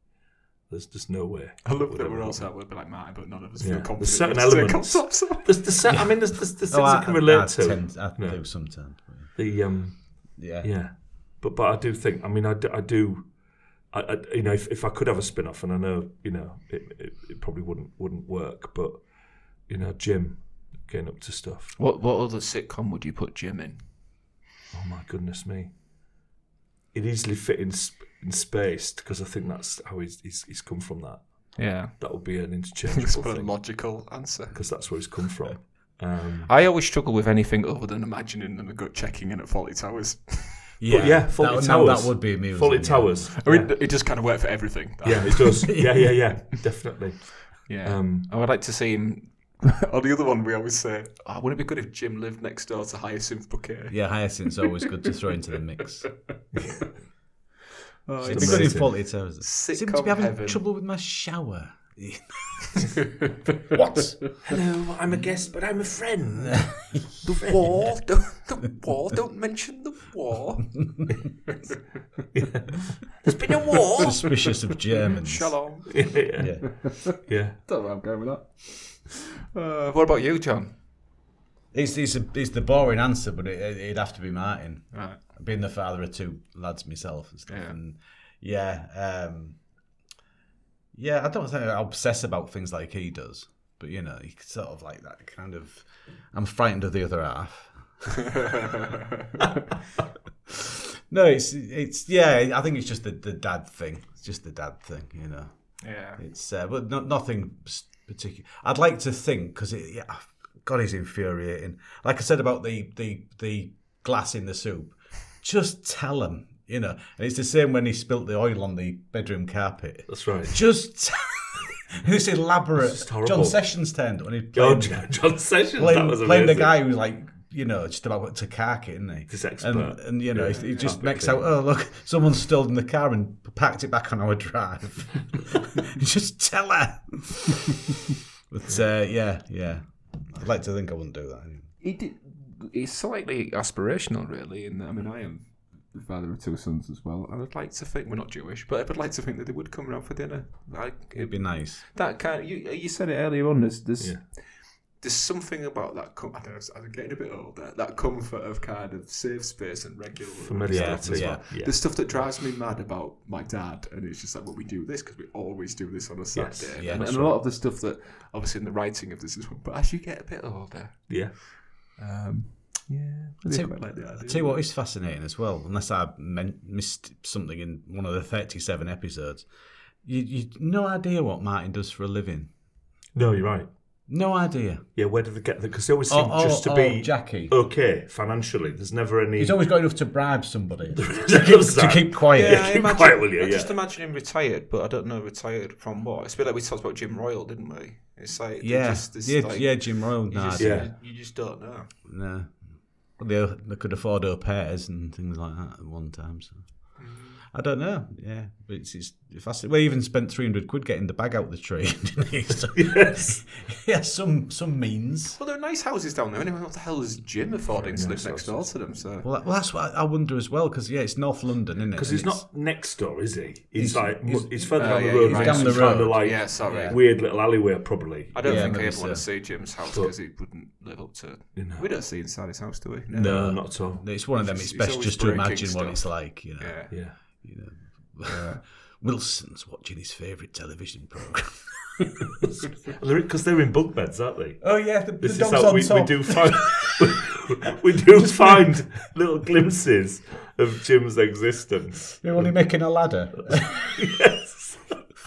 S4: There's just no way.
S1: I love
S4: Whatever.
S1: that we're all sat would be like Martin, but none of us
S4: Yeah.
S1: feel
S4: There's
S1: confident.
S4: certain
S1: enough to say
S4: elements.
S1: concepts.
S4: There's the set. I mean, there's, there's, there's
S2: Oh,
S4: things I, can relate
S2: I
S4: to.
S2: Tend, I
S4: No.
S2: do sometimes.
S4: The um,
S2: Yeah.
S4: yeah, but but I do think. I mean, I do. I do I, I, you know, if, if I could have a spin off, and I know, you know, it, it, it probably wouldn't wouldn't work, but you know, Jim getting up to stuff.
S3: What what other sitcom would you put Jim in?
S4: Oh my goodness me! It easily fit in, sp- in spaced because I think that's how he's, he's he's come from. That
S3: Yeah,
S4: that would be an
S1: It's
S4: interchangeable
S1: quite a
S4: thing
S1: logical answer.
S4: because that's where he's come from. Um,
S3: I always struggle with anything other than imagining and gut checking in at Faulty Towers.
S4: yeah, yeah, Fawlty
S2: that, no,
S4: Towers.
S2: that would be amusing.
S4: Fully
S2: yeah.
S4: Towers.
S1: I mean,
S4: yeah.
S1: it just kind of worked for everything.
S4: yeah, it does. Yeah, yeah, yeah, definitely.
S3: Yeah,
S4: Um,
S3: I would like to see him.
S1: On the other one, we always say, oh, wouldn't it be good if Jim lived next door to Hyacinth Bouquet?
S2: Yeah, hyacinth's always good to throw into the mix.
S1: Oh,
S2: It'd be
S1: it's
S2: good in
S4: amazing.
S2: faulty towers. Seems to
S1: Sitcom
S2: be having
S1: heaven.
S2: trouble with my shower. what?
S4: Hello, I'm a guest, but I'm a friend.
S3: The war, don't, the war. Don't mention the war. There's been a war.
S2: Suspicious of Germans.
S3: Shalom.
S4: yeah, yeah,
S2: Yeah.
S4: yeah.
S1: don't know where I'm going with that.
S3: Uh, what about you, John?
S2: It's, it's, a, it's the boring answer, but it, it'd have to be Martin.
S3: Right.
S2: Being the father of two lads myself and stuff.
S3: Yeah.
S2: And yeah, um, yeah, I don't think I obsess about things like he does, but you know, he sort of like that kind of. I'm frightened of the other half. no, it's it's yeah. I think it's just the, the dad thing. It's just the dad thing, you know.
S3: Yeah.
S2: It's uh, but not nothing particular. I'd like to think because it, yeah, God, he's infuriating. Like I said about the the the glass in the soup, just tell him, you know. And it's the same when he spilt the oil on the bedroom carpet.
S4: That's right.
S2: Just this elaborate.
S4: horrible.
S2: John Sessions turned up and he
S4: Oh,
S2: played,
S4: John, John Sessions.
S2: playing,
S4: that was
S2: playing the
S4: amazing.
S2: guy who's like. You know, just about to cark it, isn't he?
S4: This expert.
S2: And, and you know,
S4: Yeah.
S2: he, he just
S4: Carpet
S2: makes out,
S4: cleaner.
S2: oh, look, someone stolen the car and packed it back on our drive. just tell her. but uh, yeah, yeah. I'd like to think I wouldn't do that. Anyway.
S3: He did. He's slightly aspirational, really. And I mean, I am.
S1: The father of two sons as well.
S3: I would like to think we're not Jewish, but I would like to think that they would come round for dinner. Like
S2: It'd be nice.
S3: that kind. Of, you you said it earlier.
S1: Earlier on, there's, there's,
S4: Yeah.
S1: there's something about that. Com- I don't know, I'm getting a bit older. That comfort of kind of safe space and regular.
S4: Familiarity.
S2: Yeah,
S4: Yeah, yeah.
S1: The stuff that drives me mad about my dad, and it's just like, well, we do this because we always do this on a Saturday.
S2: yeah,
S1: and,
S2: that's
S1: and a lot of the stuff that, obviously, in the writing of this is, but as you get a bit older,
S4: yeah.
S1: um, yeah, I
S2: tell-
S1: quite like the idea.
S2: I tell you what is fascinating as well, unless I men- missed something in one of the 37 episodes, you, you no idea what Martin does for a living.
S4: No, you're right.
S2: No idea.
S4: Yeah, where do they get that? Because they always
S2: Oh,
S4: seem
S2: oh,
S4: just to
S2: oh,
S4: be
S2: Jackie.
S4: okay financially. There's never any.
S2: He's always got enough to bribe somebody to
S4: Loves that.
S2: keep quiet.
S4: Yeah, keep quiet, will you?
S3: I
S4: Yeah.
S3: just imagine him retired, but I don't know retired from what. It's a bit like we talked about Jim Royal, didn't we? It's like they
S2: Yeah,
S3: just, this,
S2: yeah,
S3: like,
S2: yeah, Jim Royal. No,
S3: you just,
S2: idea.
S4: Yeah.
S3: you just don't know.
S2: no. Well, They, they could afford au pairs and things like that at one time. So. I don't know. Yeah, it's, it's fascinating. We even spent three hundred quid getting the bag out of the tree. didn't he? So-
S4: Yes.
S2: yeah, some some means.
S1: Well, there are nice houses down there. Anyway, what the hell is Jim affording to live next door to them? So
S2: Well, that, well that's what I, I wonder as well because yeah, it's North London, isn't it?
S4: Because
S2: And
S4: he's not next door, is he? He's,
S2: He's-
S4: like mu-
S2: he's-
S4: he's, further
S1: Oh,
S4: down
S1: yeah,
S4: the road.
S1: he's
S4: right?
S2: down
S4: Some
S2: the
S4: kind of
S2: road.
S4: like
S1: Oh, yeah, sorry.
S2: yeah.
S4: weird little alleyway, probably.
S1: I don't
S2: Yeah,
S1: think
S2: maybe
S1: I'd want to
S2: so.
S1: see Jim's house because he wouldn't live up to. We don't see inside his house, do we?
S4: No, not at all.
S2: It's one of them.
S1: It's-
S2: It's,
S1: it's
S2: best
S1: always
S2: just to
S1: breaking
S2: imagine what
S1: stuff.
S2: it's like, you know.
S1: Yeah.
S4: Yeah.
S2: Wilson's watching his favourite television programme.
S4: Because they're in bunk beds, aren't they?
S2: Oh yeah, the, the
S4: This is how we, we do find we do find little glimpses of Jim's existence.
S2: They're only making a ladder.
S4: Yes.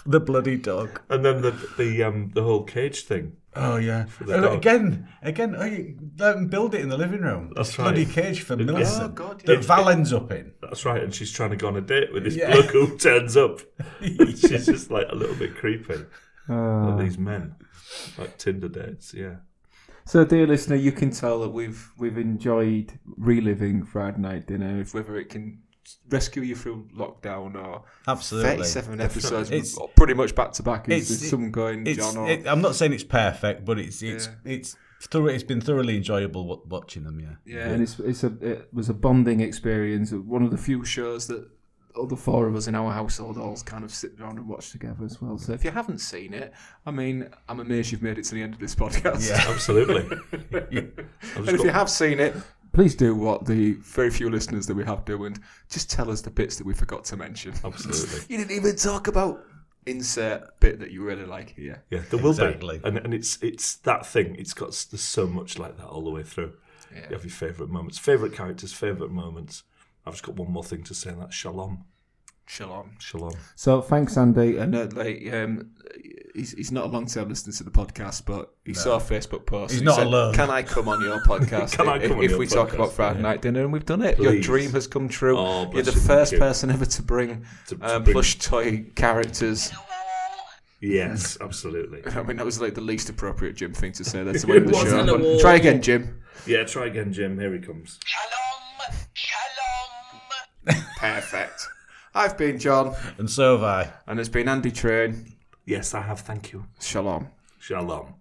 S2: the bloody dog.
S4: And then the the um the whole cage thing.
S2: Oh yeah.
S4: the
S2: Oh,
S4: dog.
S2: Again, again. Oh, you let them build it in the living room.
S4: That's
S2: This bloody
S4: right.
S2: cage for Millicent
S1: Oh God, yeah.
S2: that Val ends up in.
S4: That's right, and she's trying to go on a date with this
S2: Yeah.
S4: bloke who turns up. And she's just like a little bit creepy. Like these men. Like Tinder dates, yeah.
S1: So, dear listener, you can tell that we've we've enjoyed reliving Friday night dinner, if whether it can rescue you through lockdown or
S2: Absolutely.
S1: thirty-seven episodes,
S2: It's-
S1: pretty much back to back. Is
S2: It's-
S1: there's some going
S2: It's,
S1: John or
S2: it, I'm not saying it's perfect, but it's it's it's thorough, It's been thoroughly enjoyable wa- watching them. Yeah.
S1: yeah, and it's it's a it was a bonding experience. One of the few shows that all the four of us in our household all kind of sit around and watch together as well. So, if you haven't seen it, I mean, I'm amazed you've made it to the end of this podcast.
S2: Yeah.
S4: Absolutely.
S1: And if you have seen it, please do what the very few listeners that we have do and just tell us the bits that we forgot to mention.
S4: Absolutely.
S1: You didn't even talk about insert bit that you really like here.
S4: Yeah, there will
S2: Exactly.
S4: be. And and it's it's that thing. It's got s- there's so much like that all the way through. You have your favourite moments, favourite characters, favourite moments. I've just got one more thing to say. and That's shalom,
S1: Shalom.
S4: shalom.
S1: So thanks, Andy. And uh, like, um, he's, he's not a long term listener to the podcast, but he saw a Facebook post.
S2: He's
S1: He
S2: not
S1: said,
S2: alone.
S1: Can I come on your podcast?
S4: Can I
S1: if
S4: come on
S1: if
S4: your
S1: we talk
S4: podcast?"
S1: about Friday night dinner? And we've done it. Your
S4: Please.
S1: dream has come true.
S4: Oh, bless
S1: You're the
S4: you, thank
S1: first
S4: you.
S1: person ever to bring
S4: To- to
S1: uh,
S4: bring-
S1: plush toy characters.
S4: Yes, absolutely.
S1: I mean, that was like the least appropriate Jim thing to say. That's the way of the
S4: wasn't
S1: show.
S4: a
S1: But
S4: wall.
S1: Try again, Jim.
S4: Yeah, try again, Jim. Here he comes.
S5: Shalom. Shalom.
S1: Perfect. I've been John,
S2: And so have I.
S1: and it's been Andy Train.
S4: Yes, I have. Thank you.
S1: Shalom.
S4: Shalom.